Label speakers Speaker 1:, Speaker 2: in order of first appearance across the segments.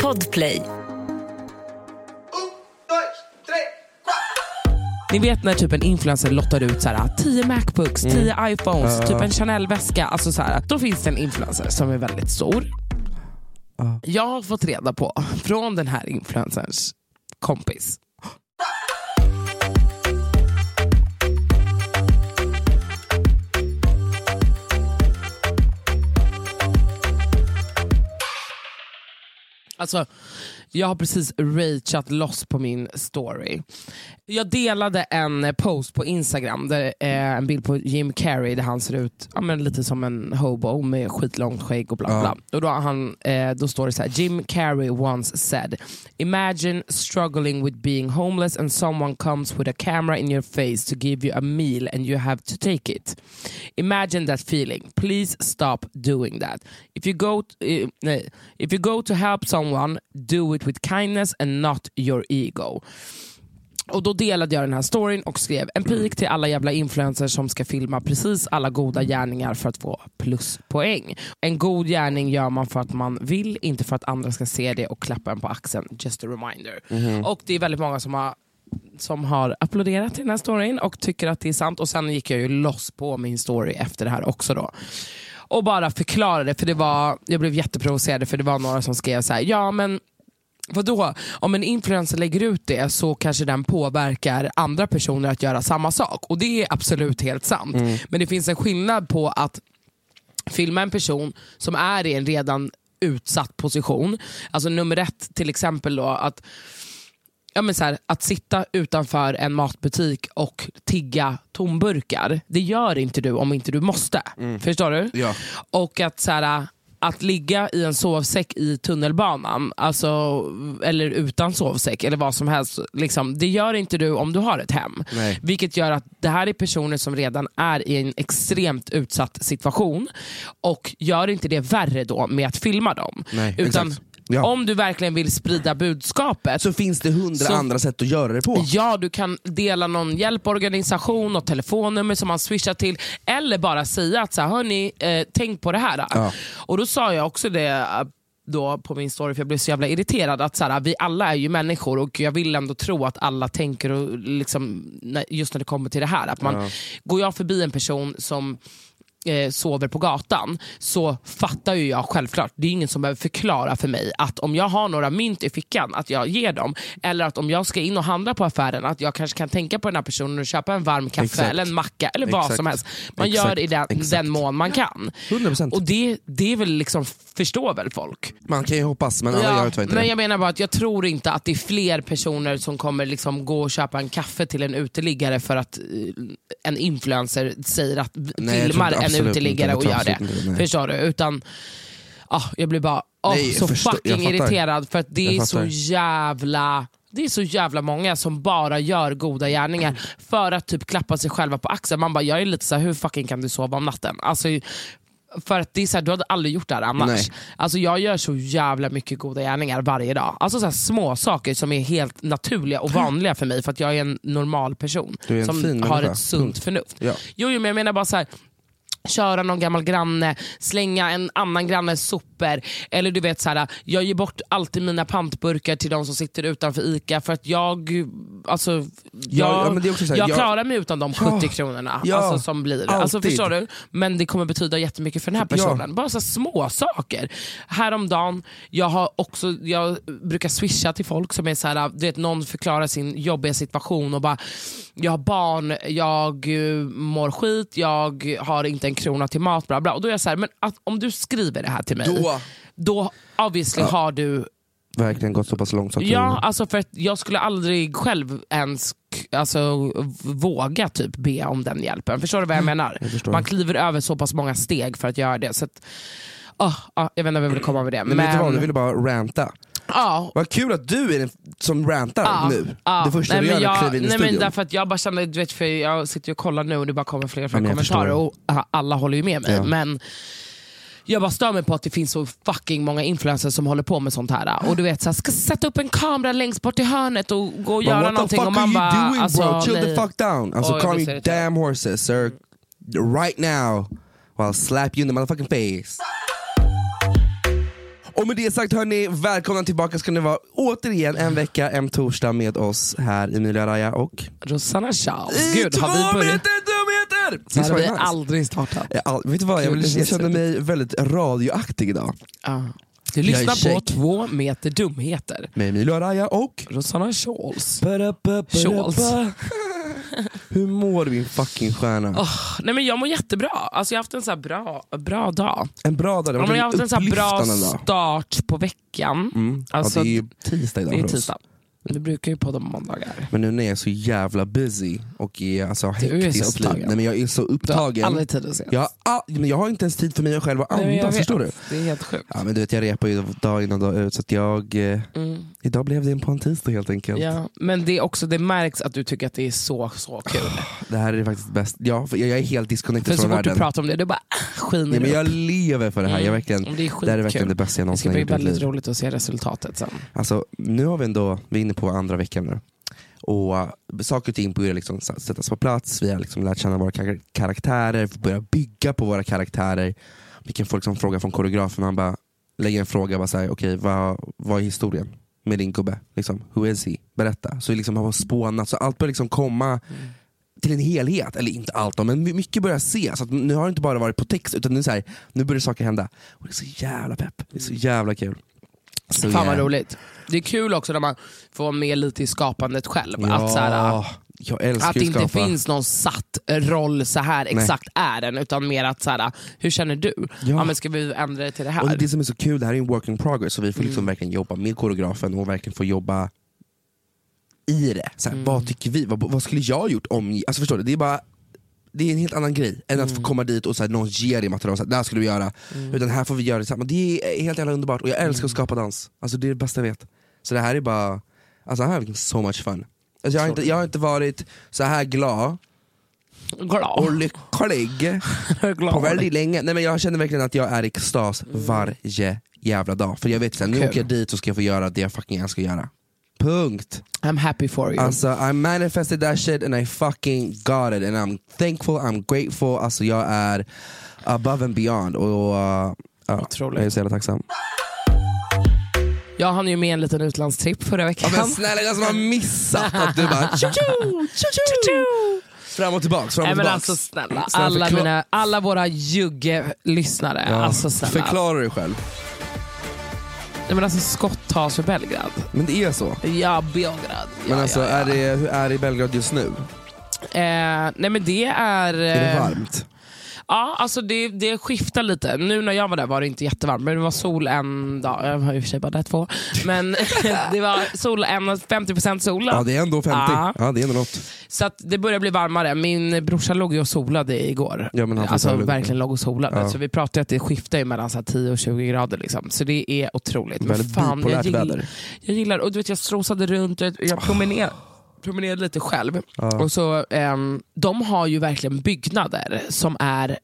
Speaker 1: Podplay. Ni vet när typ en influencer lottar ut så här, 10 Macbooks, 10 iPhones, typ en Chanel-väska. Alltså så här, då finns det en influencer som är väldigt stor. Jag har fått reda på från den här influencerns kompis Alltså, jag har precis rageat loss på min story. Jag delade en post på Instagram, där, eh, en bild på Jim Carrey där han ser ut ja, men lite som en hobo med skitlångt skägg och bla bla. Och då, har han, eh, då står det så här, Jim Carrey once said, Imagine struggling with being homeless and someone comes with a camera in your face to give you a meal and you have to take it. Imagine that feeling. Please stop doing that. If you go, t- eh, nej. if you go to help someone, do it with kindness and not your ego. Och då delade jag den här storyn och skrev en pik till alla jävla influencers som ska filma precis alla goda gärningar för att få pluspoäng. En god gärning gör man för att man vill, inte för att andra ska se det och klappa en på axeln. Just a reminder. Och det är väldigt många som har som har applåderat till den här storyn och tycker att det är sant. Och sen gick jag ju loss på min story efter det här också då. Och bara förklarade, för det var, jag blev jätteprovocerad för det var några som skrev så här, ja men Vadå? Om en influencer lägger ut det så kanske den påverkar andra personer att göra samma sak. Och det är absolut helt sant. Men det finns en skillnad på att filma en person som är i en redan utsatt position. Alltså nummer ett till exempel då att ja, men så här, att sitta utanför en matbutik och tigga tomburkar, det gör inte du om inte du måste. Förstår du?
Speaker 2: Mm. Ja.
Speaker 1: Och att, så här, att ligga i en sovsäck i tunnelbanan, alltså, eller utan sovsäck eller vad som helst, liksom, det gör inte du om du har ett hem.
Speaker 2: Nej.
Speaker 1: Vilket gör att det här är personer som redan är i en extremt utsatt situation och gör inte det värre då med att filma dem.
Speaker 2: Nej,
Speaker 1: Utan
Speaker 2: exakt. Ja.
Speaker 1: om du verkligen vill sprida budskapet
Speaker 2: Så finns det hundra
Speaker 1: Så-
Speaker 2: andra sätt att göra det på.
Speaker 1: Ja, du kan dela någon hjälporganisation och telefonnummer som man swishar till. Eller bara säga att så här, hörni, eh, tänk på det här.
Speaker 2: Ja.
Speaker 1: Och då sa jag också det eh, då på min story, för jag blev så jävla irriterad. att så här, Vi alla är ju människor och jag vill ändå tro att alla tänker och liksom, när- just när det kommer till det här. Att man, Går jag förbi en person som eh, sover på gatan så fattar ju jag självklart, det är ingen som behöver förklara för mig att om jag har några mynt i fickan, att jag ger dem. Eller att om jag ska in och handla på affären, att jag kanske kan tänka på den här personen och köpa en varm kaffe
Speaker 2: Exakt.
Speaker 1: eller en macka eller vad
Speaker 2: Exakt.
Speaker 1: som helst. Man
Speaker 2: Exakt.
Speaker 1: gör i den,
Speaker 2: Exakt.
Speaker 1: den mån man kan.
Speaker 2: 100%.
Speaker 1: Och det, det är väl liksom, förstår väl folk?
Speaker 2: Man kan ju hoppas, men alla gör ju tyvärr inte
Speaker 1: men
Speaker 2: det.
Speaker 1: jag menar bara att jag tror inte att det är fler personer som kommer liksom gå och köpa en kaffe till en uteliggare för att eh, en influencer säger att vi
Speaker 2: Nej, jag
Speaker 1: filmar
Speaker 2: tror
Speaker 1: en
Speaker 2: inte- absolut
Speaker 1: uteliggare
Speaker 2: inte,
Speaker 1: och
Speaker 2: jag
Speaker 1: gör
Speaker 2: tror
Speaker 1: det.
Speaker 2: absolut inte det, nej.
Speaker 1: Förstår du? Utan, ah, jag blir bara ah,
Speaker 2: Nej, jag
Speaker 1: så
Speaker 2: förstår- jag
Speaker 1: fucking
Speaker 2: fattar.
Speaker 1: irriterad för att det
Speaker 2: Jag
Speaker 1: är så
Speaker 2: fattar.
Speaker 1: jävla det är så jävla många som bara gör goda gärningar för att typ klappa sig själva på axeln. Man bara, jag är lite så här, hur fucking kan du sova om natten? Alltså, För att det är så här, du hade aldrig gjort det här annars.
Speaker 2: Nej.
Speaker 1: Alltså jag gör så jävla mycket goda gärningar varje dag. Alltså så här, små saker som är helt naturliga och vanliga för mig för att jag är en normal person.
Speaker 2: Du är en
Speaker 1: som
Speaker 2: fin
Speaker 1: har
Speaker 2: människa. Mm.
Speaker 1: ett sunt förnuft.
Speaker 2: Ja.
Speaker 1: Jo, jo men jag menar bara så här köra någon gammal granne, slänga en annan grannes sopor. Eller du vet, så här, jag ger bort alltid mina pantburkar till de som sitter utanför ICA för att jag, alltså, jag,
Speaker 2: ja, men det är också så här,
Speaker 1: jag
Speaker 2: jag-
Speaker 1: klarar mig utan de 70
Speaker 2: Ja,
Speaker 1: kronorna
Speaker 2: ja,
Speaker 1: alltså, som blir. Alltså,
Speaker 2: alltid.
Speaker 1: förstår du? Men det kommer betyda jättemycket för den här
Speaker 2: Ja.
Speaker 1: personen. Bara så här små saker. Häromdagen, jag, har också, jag brukar swisha till folk som är så här, du vet, någon förklarar sin jobbiga situation och bara, jag har barn, jag eh, mår skit, jag har inte en krona till mat, bla bla. Och då är jag så här, men att, om du skriver det här till mig,
Speaker 2: Då-
Speaker 1: då obviously har du
Speaker 2: Verkligen gått så pass långt så att
Speaker 1: Ja, alltså för att jag skulle aldrig själv ens k- alltså, v- våga typ be om den hjälpen. Förstår du vad jag menar?
Speaker 2: Mm. förstår.
Speaker 1: Man kliver över så pass många steg för att göra det. Så att, ah, ah, jag vet inte vad jag vill komma med det.
Speaker 2: du... Men vet du vad,
Speaker 1: Men,
Speaker 2: nu vill jag bara ranta.
Speaker 1: ja,
Speaker 2: Vad kul att du är den som rantar
Speaker 1: ja,
Speaker 2: nu.
Speaker 1: ja.
Speaker 2: Det första
Speaker 1: nej,
Speaker 2: du gör
Speaker 1: men
Speaker 2: är att
Speaker 1: jag,
Speaker 2: kliva in i
Speaker 1: nej, men
Speaker 2: studion.
Speaker 1: därför att Jag bara känner, du vet, för jag sitter ju och kollar nu och det bara kommer fler och fler
Speaker 2: Ja, men jag
Speaker 1: kommentarer
Speaker 2: förstår.
Speaker 1: och ah, alla håller ju med mig.
Speaker 2: Ja.
Speaker 1: Men jag bara stör mig på att det finns så fucking många influencers som håller på med sånt här. Och du vet, så här, ska sätta upp en kamera längst bort i hörnet och gå och
Speaker 2: But
Speaker 1: göra
Speaker 2: what
Speaker 1: någonting.
Speaker 2: the fuck
Speaker 1: och man
Speaker 2: are you
Speaker 1: bara,
Speaker 2: doing bro?
Speaker 1: alltså,
Speaker 2: Chill
Speaker 1: nej.
Speaker 2: the fuck down. Alltså
Speaker 1: Oj,
Speaker 2: calm
Speaker 1: visst är
Speaker 2: your
Speaker 1: det så.
Speaker 2: damn horses sir. Right now. Or I'll slap you in the motherfucking face. Och med det sagt hörni, välkomna tillbaka ska ni vara återigen en vecka, en torsdag med oss här Emilia Raja och...
Speaker 1: Rosanna Charles.
Speaker 2: I
Speaker 1: Gud,
Speaker 2: två
Speaker 1: har vi börjat?
Speaker 2: minuter dumheter!
Speaker 1: Det här har
Speaker 2: var
Speaker 1: vi
Speaker 2: nice.
Speaker 1: aldrig startat.
Speaker 2: Ja, all- vet du vad, jag,
Speaker 1: Gud,
Speaker 2: vill,
Speaker 1: det
Speaker 2: jag
Speaker 1: känns
Speaker 2: känner mig väldigt radioaktig idag.
Speaker 1: Ja. Du
Speaker 2: Jag är
Speaker 1: lyssnar på
Speaker 2: check.
Speaker 1: två meter dumheter.
Speaker 2: Med Emilia Raja och...
Speaker 1: Rosanna Charles.
Speaker 2: Charles.
Speaker 1: Charles.
Speaker 2: Hur mår du min fucking stjärna?
Speaker 1: Åh, nej men jag mår jättebra. Alltså jag har haft en så här bra, bra dag.
Speaker 2: En bra dag, det
Speaker 1: Ja,
Speaker 2: har
Speaker 1: men jag har haft
Speaker 2: varit en
Speaker 1: en så här bra
Speaker 2: upplyftande dag.
Speaker 1: start på veckan.
Speaker 2: Mm.
Speaker 1: Alltså,
Speaker 2: ja, det är ju tisdag idag
Speaker 1: det är
Speaker 2: för oss.
Speaker 1: tisdag. Vi brukar ju podda på måndagar.
Speaker 2: Men nu när jag är så jävla busy och är alltså
Speaker 1: Du är så
Speaker 2: hektiskt liv.
Speaker 1: upptagen.
Speaker 2: Nej men jag är så
Speaker 1: Du har
Speaker 2: upptagen.
Speaker 1: aldrig tid att ses.
Speaker 2: Jag, har all... men jag har inte ens tid för mig själv att
Speaker 1: Nej, men jag
Speaker 2: andas,
Speaker 1: vet.
Speaker 2: förstår du?
Speaker 1: Det är helt sjukt.
Speaker 2: Ja men du vet jag repar ju dag in och dag ut så att jag... Eh...
Speaker 1: Mm.
Speaker 2: Idag blev det en på en tisdag helt enkelt.
Speaker 1: Ja, men det, är också, det märks att du tycker att det är så, så kul.
Speaker 2: Det här är faktiskt bäst. Ja, för jag jag är helt
Speaker 1: För
Speaker 2: disconnected
Speaker 1: så
Speaker 2: från
Speaker 1: fort du
Speaker 2: världen.
Speaker 1: pratar om det, du bara äh, skiner
Speaker 2: Nej, men
Speaker 1: upp.
Speaker 2: jag lever för det här. Jag verkligen...
Speaker 1: Mm, Det är
Speaker 2: Det här är verkligen
Speaker 1: skitkul.
Speaker 2: det bästa jag
Speaker 1: Det ska
Speaker 2: någonsin har
Speaker 1: bli
Speaker 2: gjort i mitt
Speaker 1: väldigt
Speaker 2: liv.
Speaker 1: roligt att se resultatet sen.
Speaker 2: Alltså, nu har vi ändå, vi är inne på andra veckan nu. Och uh, saker och ting börjar liksom s- sättas på plats, vi har liksom lärt känna våra kar- karaktärer, vi börjar bygga på våra karaktärer. Vi kan få liksom fråga från koreografen, han bara lägger en fråga, bara säger okej vad, vad är historien med din gubbe? Liksom, who is he? Berätta. Så vi liksom har man spånat, så allt börjar liksom komma till en helhet, eller inte allt då, men my- mycket börjar ses. Så att nu har det inte bara varit på text utan nu, så här, nu börjar saker hända. Och det är så jävla pepp, det är så jävla kul. Så
Speaker 1: Fan vad
Speaker 2: jävla-
Speaker 1: roligt. Det är kul också när man får vara med lite i skapandet själv.
Speaker 2: Ja,
Speaker 1: Att, så här, äh,
Speaker 2: jag älskar
Speaker 1: att
Speaker 2: ju
Speaker 1: det inte
Speaker 2: skapa.
Speaker 1: finns någon satt roll så här exakt är den, utan mer att så här, hur känner du? Ja. men ska vi ändra det till det här? Mm.
Speaker 2: Och det är det som är så kul, det här är en work in progress, så vi får liksom verkligen jobba med koreografen och verkligen få jobba i det. Så här,
Speaker 1: Mm.
Speaker 2: Vad tycker vi? Vad, vad skulle jag gjort om... Alltså förstår du? Det är bara det är en helt annan grej än
Speaker 1: Mm.
Speaker 2: att få komma dit och så här, någon ger dig material, så här, det här skulle du göra. Utan här får vi göra det tillsammans. Det är helt jävla underbart och jag älskar
Speaker 1: Mm.
Speaker 2: att skapa dans. Alltså det är det bästa jag vet. Så det här är bara, alltså här är so much fun. Alltså, jag, har inte, jag har inte varit så här glad och
Speaker 1: Glad.
Speaker 2: lycklig
Speaker 1: Glad.
Speaker 2: på väldigt länge. Nej, men jag känner verkligen att jag är i extas
Speaker 1: Mm.
Speaker 2: varje jävla dag. För jag vet att nu
Speaker 1: Kul.
Speaker 2: åker jag dit så ska jag få göra det jag fucking älskar att göra. Punkt.
Speaker 1: I'm happy for you.
Speaker 2: Alltså I manifested that shit and I fucking got it. And I'm thankful, I'm grateful. Alltså jag är above and beyond. Och, och, uh, ja,
Speaker 1: Otroligt.
Speaker 2: jag är så jävla tacksam.
Speaker 1: Jag hann ju med en liten utlandstripp förra
Speaker 2: Ja,
Speaker 1: veckan.
Speaker 2: men snälla jag som har missat att du bara tjo, tjo, tjo, tjo. Fram och tillbaks, fram och
Speaker 1: Nej, men
Speaker 2: tillbaks.
Speaker 1: alltså snälla,
Speaker 2: Snälla,
Speaker 1: alla,
Speaker 2: förkla-
Speaker 1: mina, alla våra ljugge-lyssnare.
Speaker 2: Ja,
Speaker 1: Alltså snälla.
Speaker 2: Förklara dig själv.
Speaker 1: Nej, men alltså skott tas för Belgrad.
Speaker 2: Men det är så.
Speaker 1: Ja, Belgrad.
Speaker 2: Men
Speaker 1: ja,
Speaker 2: alltså
Speaker 1: ja, ja.
Speaker 2: Är det, hur är det i Belgrad just nu?
Speaker 1: Eh, nej men det är...
Speaker 2: Är det
Speaker 1: eh,
Speaker 2: varmt?
Speaker 1: Ja, alltså det, det skiftar lite. Nu när jag var där var det inte jättevarmt, men det var sol en dag. Jag har i och för sig bara där två. Men det var sol en, 50% sol.
Speaker 2: Ja det är ändå 50.
Speaker 1: Ja.
Speaker 2: Ja, det är ändå något.
Speaker 1: Så att det börjar bli varmare. Min brorsa låg ju och solade igår.
Speaker 2: Ja, men han får
Speaker 1: alltså
Speaker 2: ta det lugnt.
Speaker 1: verkligen låg och solade.
Speaker 2: Ja.
Speaker 1: Så vi pratade att det skiftar ju mellan så här 10 och 20 grader. Liksom. Så det är otroligt. Men
Speaker 2: Väldigt
Speaker 1: fan, jag,
Speaker 2: bipolärt
Speaker 1: gill,
Speaker 2: väder.
Speaker 1: jag gillar och du vet jag strosade runt, jag, jag promenerade. Promenerade lite själv. Och så, ehm, de har ju verkligen byggnader som är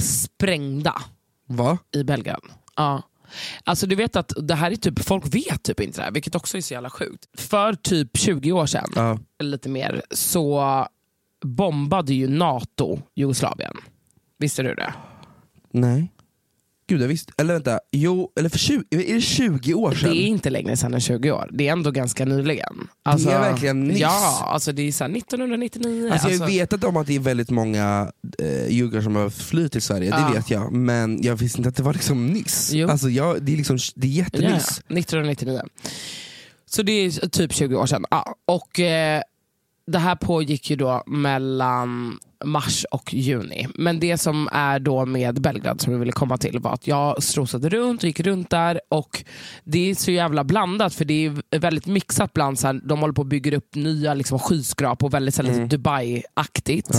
Speaker 1: sprängda.
Speaker 2: Va?
Speaker 1: i Belgien. Ja. Alltså du vet att det här är typ, folk vet typ inte det här, vilket också är så jävla sjukt. För typ 20 år sedan,
Speaker 2: Ja.
Speaker 1: eller lite mer, så bombade ju NATO Jugoslavien. Visste du det?
Speaker 2: Nej. Gud, jag visste. Eller vänta. Jo, eller för 20, är det 20 år sedan?
Speaker 1: Det är inte längre sedan än 20 år. Det är ändå ganska nyligen. Alltså,
Speaker 2: Det är verkligen nyss.
Speaker 1: Ja, alltså det är så här 1999.
Speaker 2: Alltså, jag
Speaker 1: alltså-
Speaker 2: har ju vetat om att det är väldigt många eh, juggar som har flytt till Sverige,
Speaker 1: Ja.
Speaker 2: det vet jag. Men jag visste inte att det var liksom nyss.
Speaker 1: Jo.
Speaker 2: Alltså, jag, det är liksom det är
Speaker 1: Ja,
Speaker 2: jättenyss.
Speaker 1: 1999. Så det är typ 20 år sedan. Ja, och eh, Det här pågick ju då mellan mars och juni. Men det som är då med Belgrad som jag ville komma till var att jag strosade runt och gick runt där och det är så jävla blandat för det är väldigt mixat bland så här, de håller på att bygga upp nya liksom, skyskrapor och väldigt så här, lite Dubai-aktigt.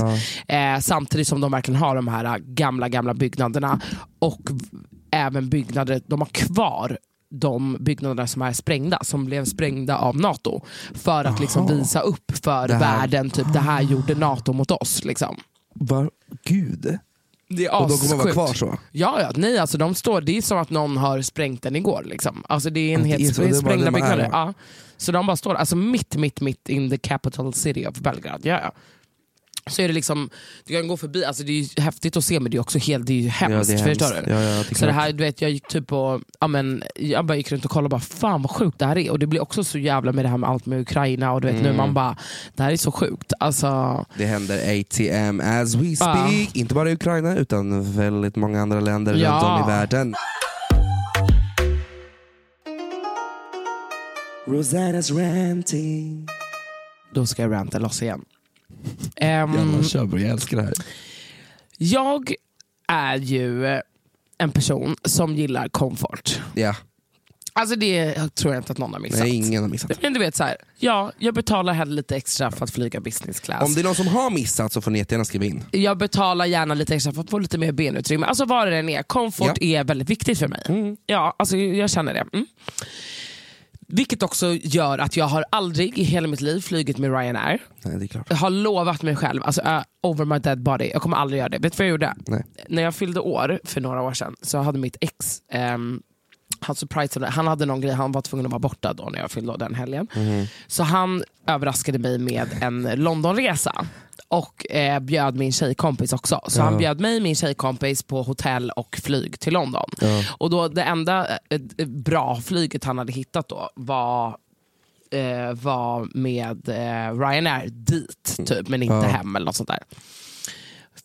Speaker 1: Eh, samtidigt som de verkligen har de här eh, gamla, gamla byggnaderna och v- även byggnader, de har kvar de byggnaderna som är sprängda, som blev sprängda av NATO. För att liksom visa upp för
Speaker 2: Det här-
Speaker 1: världen, typ det här gjorde NATO mot oss. Liksom.
Speaker 2: Var, gud.
Speaker 1: Det är
Speaker 2: Och de kommer vara
Speaker 1: assjukt.
Speaker 2: kvar så.
Speaker 1: Ja, ja, nej alltså de står, det är som att någon har sprängt den igår. Liksom. Alltså det är en
Speaker 2: Ja, det
Speaker 1: helt
Speaker 2: är så,
Speaker 1: det är
Speaker 2: det är bara
Speaker 1: sprängda
Speaker 2: där man är,
Speaker 1: byggnader.
Speaker 2: va?
Speaker 1: Ja. Så de bara står alltså mitt, mitt, mitt in the capital city of Belgrad. Ja, ja. Så är det liksom, du kan gå förbi, alltså det är ju häftigt att se men det är också helt, det är ju hemskt.
Speaker 2: det är
Speaker 1: förstår
Speaker 2: hemskt.
Speaker 1: du?
Speaker 2: Ja, ja, det är
Speaker 1: så det
Speaker 2: klart.
Speaker 1: här, du vet, jag gick typ och, ja, men, jag bara gick runt och kollade och bara fan vad sjukt det här är. Och det blir också så jävla med det här med allt med Ukraina och du vet nu
Speaker 2: Mm.
Speaker 1: man bara, det här är så sjukt. Alltså,
Speaker 2: Det händer ATM as we
Speaker 1: Ah.
Speaker 2: speak. Inte bara i Ukraina utan väldigt många andra länder
Speaker 1: Ja.
Speaker 2: runt om i världen. Rosanna's ranting.
Speaker 1: då ska jag ranta loss igen. Ehm,
Speaker 2: Jävlar, kör bro. Jag älskar det här.
Speaker 1: Jag är ju eh, en person som gillar komfort.
Speaker 2: Ja,
Speaker 1: Alltså det tror jag inte att någon har missat.
Speaker 2: nej, ingen har missat.
Speaker 1: Men du vet så här, ja, jag betalar hellre lite extra för att flyga business class.
Speaker 2: Om det är någon som har missat så får ni jättegärna skriva in.
Speaker 1: Jag betalar gärna lite extra för att få lite mer benutrymme. Alltså vad det än är, komfort är väldigt viktigt för mig.
Speaker 2: Mm.
Speaker 1: Ja, alltså jag känner det. Mm. Vilket också gör att jag har aldrig i hela mitt liv flugit med Ryanair.
Speaker 2: Nej, det är klart.
Speaker 1: Jag har lovat mig själv, alltså, uh, over my dead body, jag kommer aldrig göra det. Vet du vad jag gjorde?
Speaker 2: Nej.
Speaker 1: När jag fyllde år för några år sedan så hade mitt ex ehm, han surprisade mig. Han hade någon grej, han var tvungen att vara borta då när jag fyllde år den helgen. Så han överraskade mig med en Londonresa. Och eh, bjöd min tjejkompis också. Så han bjöd mig min tjejkompis på hotell och flyg till London. Och då Det enda eh, eh, bra flyget han hade hittat då var eh, var med eh, Ryanair dit, typ, men inte hem eller något sånt där.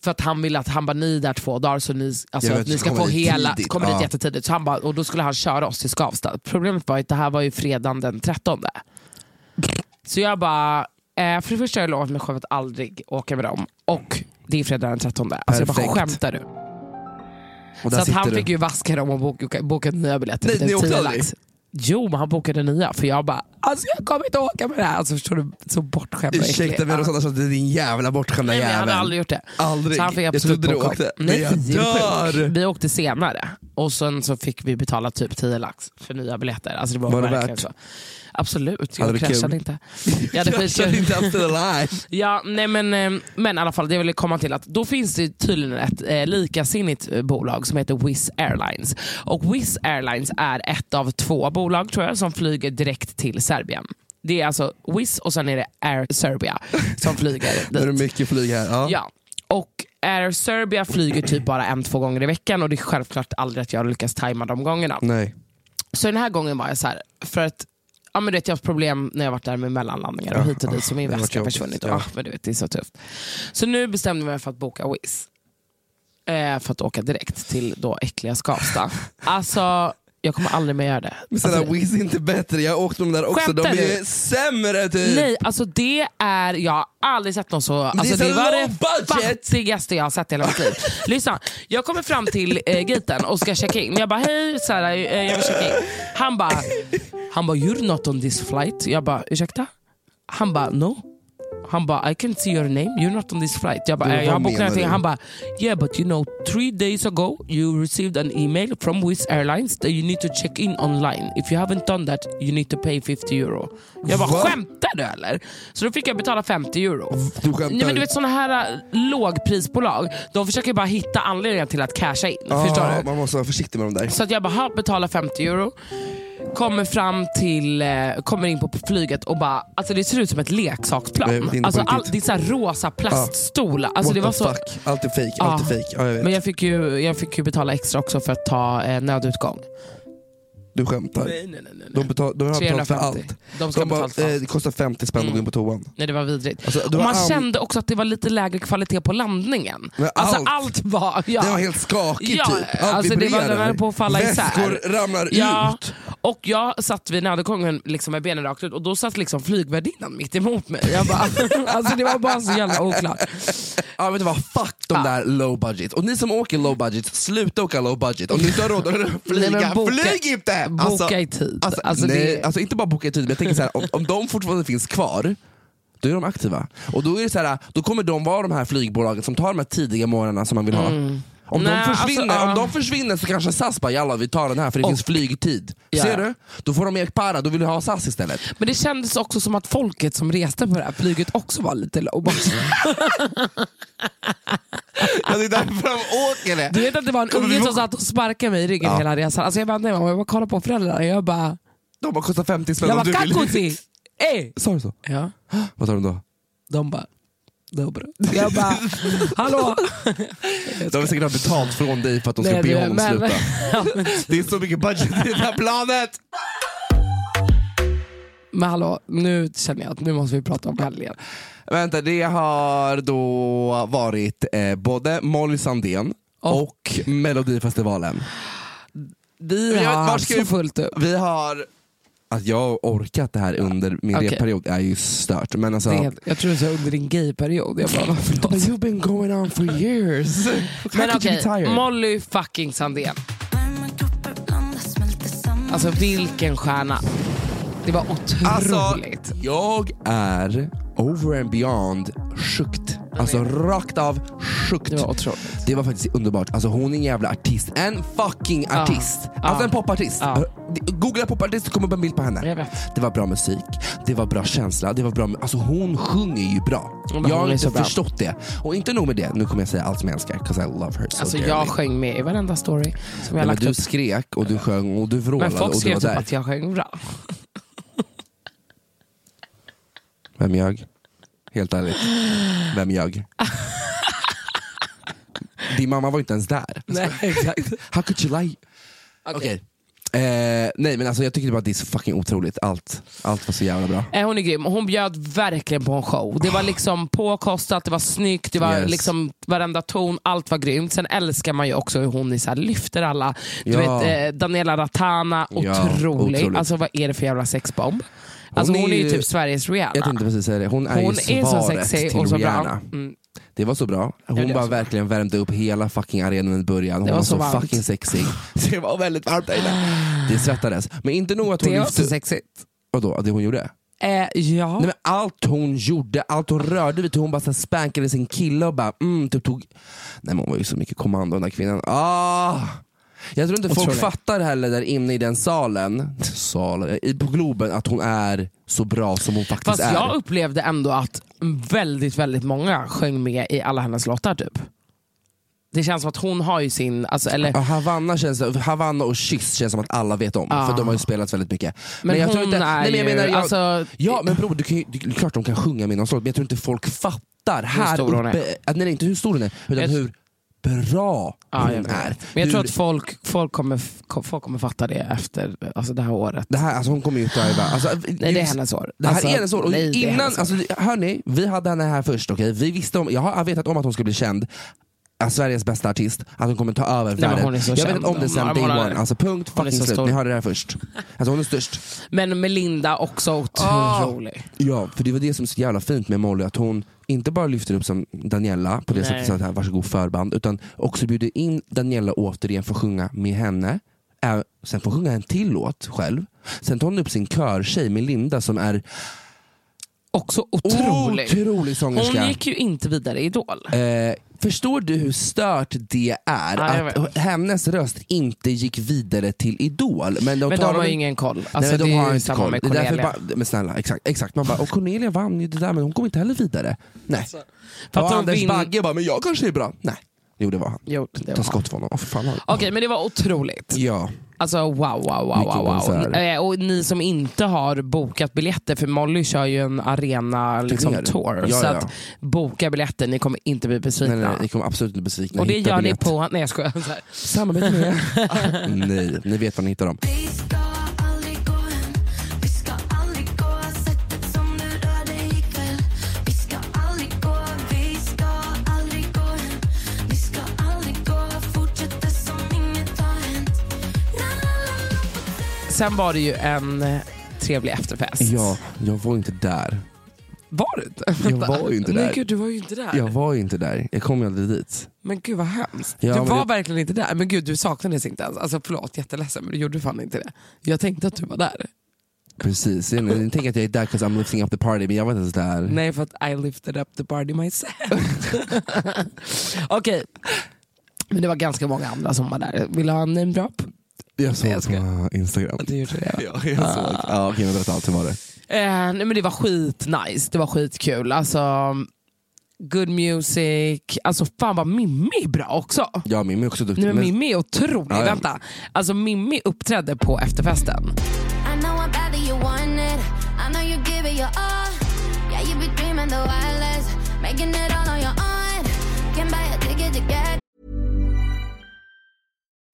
Speaker 1: För att han ville att han bara, ni är där två dagar så ni, alltså,
Speaker 2: Jag vet,
Speaker 1: att ni
Speaker 2: så
Speaker 1: ska
Speaker 2: kommer
Speaker 1: få
Speaker 2: ni
Speaker 1: hela,
Speaker 2: tidigt.
Speaker 1: kommer dit
Speaker 2: Ja.
Speaker 1: jättetidigt. Så han bara, och då skulle han köra oss till Skavsta. Problemet var att det här var ju fredagen den 13. Så jag bara, eh, för det första har jag lovat mig själv att aldrig åka med dem. Och det är fredag den 13. Alltså jag bara,
Speaker 2: Perfekt.
Speaker 1: skämtar du?
Speaker 2: Och där
Speaker 1: Så att han
Speaker 2: sitter du.
Speaker 1: fick ju vaska dem och boka, boka nya biljetter.
Speaker 2: Nej,
Speaker 1: för typ
Speaker 2: ni åkte
Speaker 1: 10
Speaker 2: aldrig?
Speaker 1: lax. Jo, men han bokade nya för jag bara, alltså jag kommer inte åka med det här. Alltså förstår du, så bortskämd och
Speaker 2: Ursäkta
Speaker 1: äcklig.
Speaker 2: mig Rosanna, så att det är din jävla bortskämda
Speaker 1: Nej, men jag
Speaker 2: jävel.
Speaker 1: hade aldrig gjort det.
Speaker 2: Aldrig.
Speaker 1: Så han fick
Speaker 2: Jag
Speaker 1: absolut
Speaker 2: trodde du
Speaker 1: boka om.
Speaker 2: åkte.
Speaker 1: Nej,
Speaker 2: Men jag
Speaker 1: det är
Speaker 2: dör.
Speaker 1: sjukt. Vi åkte senare och sen så fick vi betala typ 10 lax för nya biljetter. Alltså det var,
Speaker 2: Var det
Speaker 1: verkligen
Speaker 2: värt?
Speaker 1: så. Absolut, jag
Speaker 2: Hade du kul?
Speaker 1: kraschade inte. Jag hade
Speaker 2: Kraschade
Speaker 1: skitkul.
Speaker 2: inte after alive.
Speaker 1: Ja, nej men, eh, men i alla fall, det jag ville komma till att då finns det tydligen ett eh, likasinnigt eh, bolag som heter Wizz Airlines. Och Wizz Airlines är ett av två bolag tror jag som flyger direkt till Serbien. Det är alltså Wizz och sen är det Air Serbia som flyger
Speaker 2: Nu är det
Speaker 1: dit.
Speaker 2: mycket flyg här. Ja.
Speaker 1: Ja. Och Air Serbia flyger typ bara en, två gånger i veckan och det är självklart aldrig att jag lyckas tajma de gångerna.
Speaker 2: Nej.
Speaker 1: Så den här gången var jag så här, för att ja, men du vet, jag har haft problem när jag varit där med mellanlandningar och
Speaker 2: Ja,
Speaker 1: hit och dit,
Speaker 2: ja,
Speaker 1: så min
Speaker 2: det har varit
Speaker 1: väska har
Speaker 2: jobbigt,
Speaker 1: försvunnit.
Speaker 2: ja.
Speaker 1: Ja. men du vet, det är så tufft. Så nu bestämde jag mig för att boka Wizz. Eh, för att åka direkt till då äckliga Skavsta. alltså, jag kommer aldrig mer göra det.
Speaker 2: Men snälla
Speaker 1: Alltså,
Speaker 2: Wizz är inte bättre, jag har åkt med dem där också. De
Speaker 1: Skämtar
Speaker 2: är
Speaker 1: du?
Speaker 2: sämre typ.
Speaker 1: Nej, alltså det är, jag har aldrig sett någon så, alltså
Speaker 2: så
Speaker 1: det var
Speaker 2: low
Speaker 1: det
Speaker 2: budget.
Speaker 1: fattigaste jag har sett i hela mitt liv. Lyssna, jag kommer fram till eh, gaten och ska checka in. Jag bara, hej Sara, eh, jag vill checka in. Han bara, han bara, you're not on this flight. Jag bara, ursäkta? Han bara, no. Han bara, I can't see your name, you're not on this flight. Jag bara,
Speaker 2: Du,
Speaker 1: "Eh, jag har
Speaker 2: vad
Speaker 1: bokat den
Speaker 2: menar
Speaker 1: här
Speaker 2: du?"
Speaker 1: Han bara, yeah but you know, three days ago you received an email from Wizz Airlines that you need to check in online. If you haven't done that you need to pay 50 euro. Jag bara,
Speaker 2: Va?
Speaker 1: skämtar du eller? Så då fick jag betala 50 euro.
Speaker 2: Du skämtar?
Speaker 1: Nej, men du vet sådana här äh, lågprisbolag, de försöker bara hitta anledningar till att casha in.
Speaker 2: Ah,
Speaker 1: Förstår du?
Speaker 2: Man måste vara försiktig med de där.
Speaker 1: Så att jag bara, ha, betalar 50 euro. Kommer fram till, eh, kommer in på flyget och bara, alltså det ser ut som ett
Speaker 2: Nej,
Speaker 1: leksaksplan.
Speaker 2: det är inte
Speaker 1: alltså,
Speaker 2: på
Speaker 1: all,
Speaker 2: riktigt. Ah.
Speaker 1: det är så här rosa plaststolar. Alltså,
Speaker 2: What
Speaker 1: det var
Speaker 2: the
Speaker 1: så,
Speaker 2: fuck? Allt är fake,
Speaker 1: Ja.
Speaker 2: allt är fake. Ja, jag vet.
Speaker 1: men jag fick, ju, jag fick ju betala extra också för att ta eh, nödutgång.
Speaker 2: Du skämtar.
Speaker 1: Nej, nej, nej, nej.
Speaker 2: De, betal, de har betalat för
Speaker 1: 350.
Speaker 2: allt.
Speaker 1: De ska ha
Speaker 2: de bara,
Speaker 1: betalt för
Speaker 2: eh, det kostar 50 spänn att gå in på toan.
Speaker 1: Nej det var vidrigt.
Speaker 2: Alltså, det
Speaker 1: och
Speaker 2: var
Speaker 1: man
Speaker 2: all-
Speaker 1: kände också att det var lite lägre kvalitet på landningen.
Speaker 2: Men
Speaker 1: Alltså
Speaker 2: allt-
Speaker 1: allt, var... Ja.
Speaker 2: Den var helt skakig
Speaker 1: Ja,
Speaker 2: typ. Allt
Speaker 1: alltså det var,
Speaker 2: vibrerar.
Speaker 1: den höll på att falla
Speaker 2: Väskor
Speaker 1: isär.
Speaker 2: ramlar
Speaker 1: Ja,
Speaker 2: ut.
Speaker 1: och jag satt vid nödutgången liksom med benen rakt ut och då satt liksom flygvärdinnan mitt emot mig. Jag bara, alltså det var bara så jävla oklart.
Speaker 2: Ja, vet du vad? Fuck de
Speaker 1: Ja.
Speaker 2: där low budget. Och ni som åker low budget, sluta åka low budget. Om ni inte har råd att
Speaker 1: Nej,
Speaker 2: flyga,
Speaker 1: men boka-
Speaker 2: flyg inte!
Speaker 1: boka i tid.
Speaker 2: Alltså,
Speaker 1: Alltså,
Speaker 2: nej,
Speaker 1: det-
Speaker 2: alltså inte bara boka i tid, men jag tänker så här, om, om de fortfarande finns kvar, då är de aktiva. Och då, är det så här, då kommer de vara de här flygbolagen som tar de här tidiga morgnarna som man vill ha. Om,
Speaker 1: Nej,
Speaker 2: de
Speaker 1: alltså,
Speaker 2: försvinner,
Speaker 1: ja.
Speaker 2: om de försvinner så kanske SAS bara “jalla vi tar den här för det
Speaker 1: Och-
Speaker 2: finns flygtid”.
Speaker 1: Ja.
Speaker 2: Ser du? Då får de ekpara, då vill du ha SAS istället.
Speaker 1: Men det kändes också som att folket som reste på det här flyget också var lite low budget. Ah,
Speaker 2: Ja, det är därför de åker det.
Speaker 1: Du vet att det var en
Speaker 2: Kommer vi
Speaker 1: unge som
Speaker 2: få-
Speaker 1: satt och sparkade mig i ryggen
Speaker 2: Ja.
Speaker 1: hela resan. Alltså jag bara, nej, mamma, jag bara kollade på föräldrarna jag bara,
Speaker 2: De bara kostar 50 spänn
Speaker 1: jag
Speaker 2: om
Speaker 1: bara
Speaker 2: du vill.
Speaker 1: kakuti! Ey!
Speaker 2: Sa du så?
Speaker 1: Ja,
Speaker 2: Vad tar de då?
Speaker 1: de bara, dobro. Jag bara, hallå!
Speaker 2: De har säkert ha betalt från dig för att de ska
Speaker 1: Nej,
Speaker 2: be
Speaker 1: det-
Speaker 2: honom
Speaker 1: men-
Speaker 2: sluta.
Speaker 1: Ja, men-
Speaker 2: Det är så mycket budget i det här planet!
Speaker 1: Men hallå, nu känner jag att nu måste vi prata om helgen.
Speaker 2: Vänta, det har då varit eh, både Molly Sandén och,
Speaker 1: Och-
Speaker 2: Melodifestivalen.
Speaker 1: Vi
Speaker 2: Men jag-
Speaker 1: har
Speaker 2: var ska
Speaker 1: så
Speaker 2: vi-
Speaker 1: fullt upp.
Speaker 2: Vi har... Att jag har orkat det här under min
Speaker 1: Okej.
Speaker 2: repperiod är ju stört. Men alltså,
Speaker 1: Det är helt- Jag tror du sa under din gayperiod. Jag bara, varför då?
Speaker 2: But you've been going on for years.
Speaker 1: Men
Speaker 2: How could you
Speaker 1: okej,
Speaker 2: be tired?
Speaker 1: Molly fucking Sandén. Alltså vilken stjärna. Det var
Speaker 2: Alltså,
Speaker 1: otroligt.
Speaker 2: jag är over and beyond sjukt. Alltså rakt av sjukt.
Speaker 1: det var otroligt.
Speaker 2: Det var faktiskt underbart. Alltså hon är en jävla artist. En fucking artist. Alltså
Speaker 1: Ja.
Speaker 2: en popartist.
Speaker 1: Ja.
Speaker 2: Googla popartist så kommer upp en bild på henne.
Speaker 1: Jag vet.
Speaker 2: Det var bra musik, det var bra känsla, det var bra... mu- Alltså hon sjunger ju bra.
Speaker 1: men
Speaker 2: jag
Speaker 1: hon
Speaker 2: har
Speaker 1: är
Speaker 2: inte
Speaker 1: så bra.
Speaker 2: förstått det. Och inte nog med det, nu kommer jag säga allt som jag älskar, 'cause I love her so
Speaker 1: Alltså
Speaker 2: dearly.
Speaker 1: jag sjöng med i varenda story som jag
Speaker 2: Nej, men
Speaker 1: lagt
Speaker 2: du
Speaker 1: upp.
Speaker 2: skrek och du sjöng och du
Speaker 1: Men
Speaker 2: vrålade och
Speaker 1: folk
Speaker 2: du
Speaker 1: skrev
Speaker 2: var
Speaker 1: typ
Speaker 2: där.
Speaker 1: att jag sjöng bra.
Speaker 2: Vem ljög? Helt ärligt. Vem ljög? Din mamma var inte ens där.
Speaker 1: Nej, exakt.
Speaker 2: How could you lie? Okej. Eh, nej men alltså jag tycker bara att det är så fucking otroligt. Allt, allt var så jävla bra.
Speaker 1: Eh, Hon är grym. Hon bjöd verkligen på en show. Det var liksom påkostat, det var snyggt, det var
Speaker 2: Yes.
Speaker 1: liksom varenda ton, allt var grymt. Sen älskar man ju också hur hon är så här, lyfter alla. Du
Speaker 2: Ja.
Speaker 1: vet, eh, Daniela Ratana,
Speaker 2: Ja,
Speaker 1: otrolig.
Speaker 2: otroligt.
Speaker 1: Alltså vad är det för jävla sexbomb? Alltså hon är, ju typ Sveriges
Speaker 2: Jag
Speaker 1: Rihanna.
Speaker 2: tänkte precis säga det. Hon är
Speaker 1: Hon
Speaker 2: ju
Speaker 1: är så
Speaker 2: svaret
Speaker 1: sexig
Speaker 2: till
Speaker 1: och så
Speaker 2: Rihanna.
Speaker 1: bra. Mm.
Speaker 2: Det var så bra. Hon
Speaker 1: det
Speaker 2: bara
Speaker 1: också.
Speaker 2: verkligen värmde upp hela fucking arenan i början. Hon
Speaker 1: Det
Speaker 2: var,
Speaker 1: var så
Speaker 2: så,
Speaker 1: varmt. Ah.
Speaker 2: fucking sexig. Så det var väldigt varmt där inne. Det svettades. Men inte nog att hon
Speaker 1: Det var
Speaker 2: lyfte...
Speaker 1: så sexigt.
Speaker 2: Vadå, det hon gjorde?
Speaker 1: Eh, ja.
Speaker 2: Nej, men allt hon gjorde, allt hon rörde vid, hon bara så här spankade sin kille och bara mm, typ tog... Nej men hon var ju så mycket kommando den där kvinnan. Ah! Jag tror inte folk
Speaker 1: Otroligt.
Speaker 2: fattar heller där inne i den salen, salen i- på Globen, att hon är så bra som hon faktiskt
Speaker 1: Fast
Speaker 2: är.
Speaker 1: jag upplevde ändå att väldigt, väldigt många sjöng med i alla hennes låtar typ. Det känns som att hon har ju sin, alltså, eller
Speaker 2: Ja, Havanna, känns, Havanna och Kyss känns som att alla vet om,
Speaker 1: Ah.
Speaker 2: för de har ju spelats väldigt mycket.
Speaker 1: Men
Speaker 2: jag tror
Speaker 1: hon
Speaker 2: inte,
Speaker 1: är
Speaker 2: nej, men jag
Speaker 1: ju-
Speaker 2: menar, jag,
Speaker 1: alltså-
Speaker 2: Ja men bror, du kan ju, det är klart de kan sjunga med någon sån, men jag tror inte folk fattar här
Speaker 1: stor hon
Speaker 2: uppe, att, nej, nej inte hur stor hon är, utan
Speaker 1: Jag-
Speaker 2: hur bra
Speaker 1: Ja,
Speaker 2: hon
Speaker 1: jag vet.
Speaker 2: är.
Speaker 1: Men jag
Speaker 2: hur,
Speaker 1: tror att folk, folk, kommer, folk kommer fatta det efter alltså det här året.
Speaker 2: det här, alltså, hon kommer ju driva. Alltså,
Speaker 1: Nej, det är
Speaker 2: just-
Speaker 1: hennes år.
Speaker 2: Det här
Speaker 1: Alltså,
Speaker 2: är hennes år. Och
Speaker 1: nej, det är
Speaker 2: innan,
Speaker 1: hennes år.
Speaker 2: alltså, hörni, vi hade henne här först. Okay? Vi visste om, jag har vetat om att hon skulle bli känd. Äh, Sveriges bästa artist, att hon kommer ta över
Speaker 1: men
Speaker 2: världen.
Speaker 1: hon är så
Speaker 2: jag vet
Speaker 1: känd.
Speaker 2: om det sen
Speaker 1: Hon-
Speaker 2: day
Speaker 1: hon är-
Speaker 2: one. Alltså, punkt
Speaker 1: hon är
Speaker 2: fucking
Speaker 1: så
Speaker 2: slut.
Speaker 1: stor.
Speaker 2: Ni hörde det här först. Alltså, hon är störst.
Speaker 1: Men Melinda också
Speaker 2: Ah.
Speaker 1: otrolig.
Speaker 2: Ja, för det var det som är så jävla fint med Molly, att hon inte bara lyfter upp som Daniela på det
Speaker 1: Nej.
Speaker 2: sättet, så här, varsågod förband, utan också bjuder in Daniela återigen för att sjunga med henne. Ä- Sen får hon sjunga en till låt själv. Sen tar hon upp sin körtjej Melinda som är
Speaker 1: också otrolig.
Speaker 2: Otrolig sångerska.
Speaker 1: Hon gick ju inte vidare i Idol.
Speaker 2: Eh, förstår du hur stört det är?
Speaker 1: Ja, jag
Speaker 2: att hennes röst inte gick vidare till Idol. Men de,
Speaker 1: Men de
Speaker 2: talar
Speaker 1: har
Speaker 2: om-
Speaker 1: ju ingen koll.
Speaker 2: Nej,
Speaker 1: Alltså,
Speaker 2: men de
Speaker 1: det är
Speaker 2: har
Speaker 1: ju
Speaker 2: inte
Speaker 1: samma
Speaker 2: koll.
Speaker 1: med
Speaker 2: Det är därför
Speaker 1: Cornelia.
Speaker 2: bara- men snälla, exakt. exakt. Man bara, och Cornelia vann ju det där men hon kom inte heller vidare. Nej.
Speaker 1: Alltså. För att
Speaker 2: och
Speaker 1: de
Speaker 2: Anders
Speaker 1: vin-
Speaker 2: Bagge bara, men jag kanske är bra. Nej. Jo det var han.
Speaker 1: Jo, det var
Speaker 2: Ta
Speaker 1: han.
Speaker 2: skott för honom. Åh, för fan, han.
Speaker 1: Okej, men det var otroligt.
Speaker 2: Ja.
Speaker 1: Alltså wow, wow, wow.
Speaker 2: Vilken
Speaker 1: wow, wow.
Speaker 2: konsert.
Speaker 1: Eh, Och ni som inte har bokat biljetter, för Molly kör ju en arena liksom,
Speaker 2: Turné.
Speaker 1: tour.
Speaker 2: Ja,
Speaker 1: så
Speaker 2: ja.
Speaker 1: att boka biljetter, ni kommer inte bli besvikna.
Speaker 2: Nej, nej, ni kommer absolut inte bli besvikna.
Speaker 1: Och det
Speaker 2: Hitta
Speaker 1: gör ni
Speaker 2: biljett.
Speaker 1: på... Nej jag skojar. Så här.
Speaker 2: Samarbete med Nej, ni vet var ni hittar dem.
Speaker 3: Vi ska aldrig gå hem Vi ska aldrig gå Sättet som du rör dig ikväll Vi ska aldrig gå Vi ska aldrig gå hem Vi ska aldrig gå Fortsätter som inget har hänt
Speaker 1: Sen var det ju en eh, trevlig efterfest.
Speaker 2: Ja, jag var inte där.
Speaker 1: Var du inte?
Speaker 2: Jag var ju inte
Speaker 1: Nej
Speaker 2: där.
Speaker 1: gud, du var ju inte där.
Speaker 2: Jag var ju inte där. Jag kom ju aldrig dit.
Speaker 1: Men gud vad hemskt.
Speaker 2: Ja,
Speaker 1: du
Speaker 2: men
Speaker 1: var
Speaker 2: jag-
Speaker 1: verkligen inte där. Men gud, du saknades inte ens. Alltså förlåt, jätteledsen men du gjorde fan inte det. Jag tänkte att du var där.
Speaker 2: Precis. Jag- Ni tänker att jag är där 'cause I'm lifting up the party, men jag var inte ens där.
Speaker 1: Nej, för att I lifted up the party myself. Okej. Men det var ganska många andra som var där. Vill du ha en name drop?
Speaker 2: Jag såg
Speaker 1: Jag ska-
Speaker 2: på Instagram.
Speaker 1: Du gjorde det. Ah.
Speaker 2: Ja, jag såg. Ja, okej, men berätta allt. Hur var det?
Speaker 1: Eh, nej, men det var skitnice. Det var skitkul. Alltså, good music. Alltså fan vad Mimmi är bra också.
Speaker 2: Ja, Mimmi är också duktig.
Speaker 1: Nej, men
Speaker 2: men-
Speaker 1: Mimmi är otrolig.
Speaker 2: Ja, ja.
Speaker 1: Vänta. Alltså Mimmi uppträdde på efterfesten.
Speaker 3: I know I'm bad that you want it I know you give it your all Yeah you be dreaming the wireless Making it all on your own Can buy a ticket to get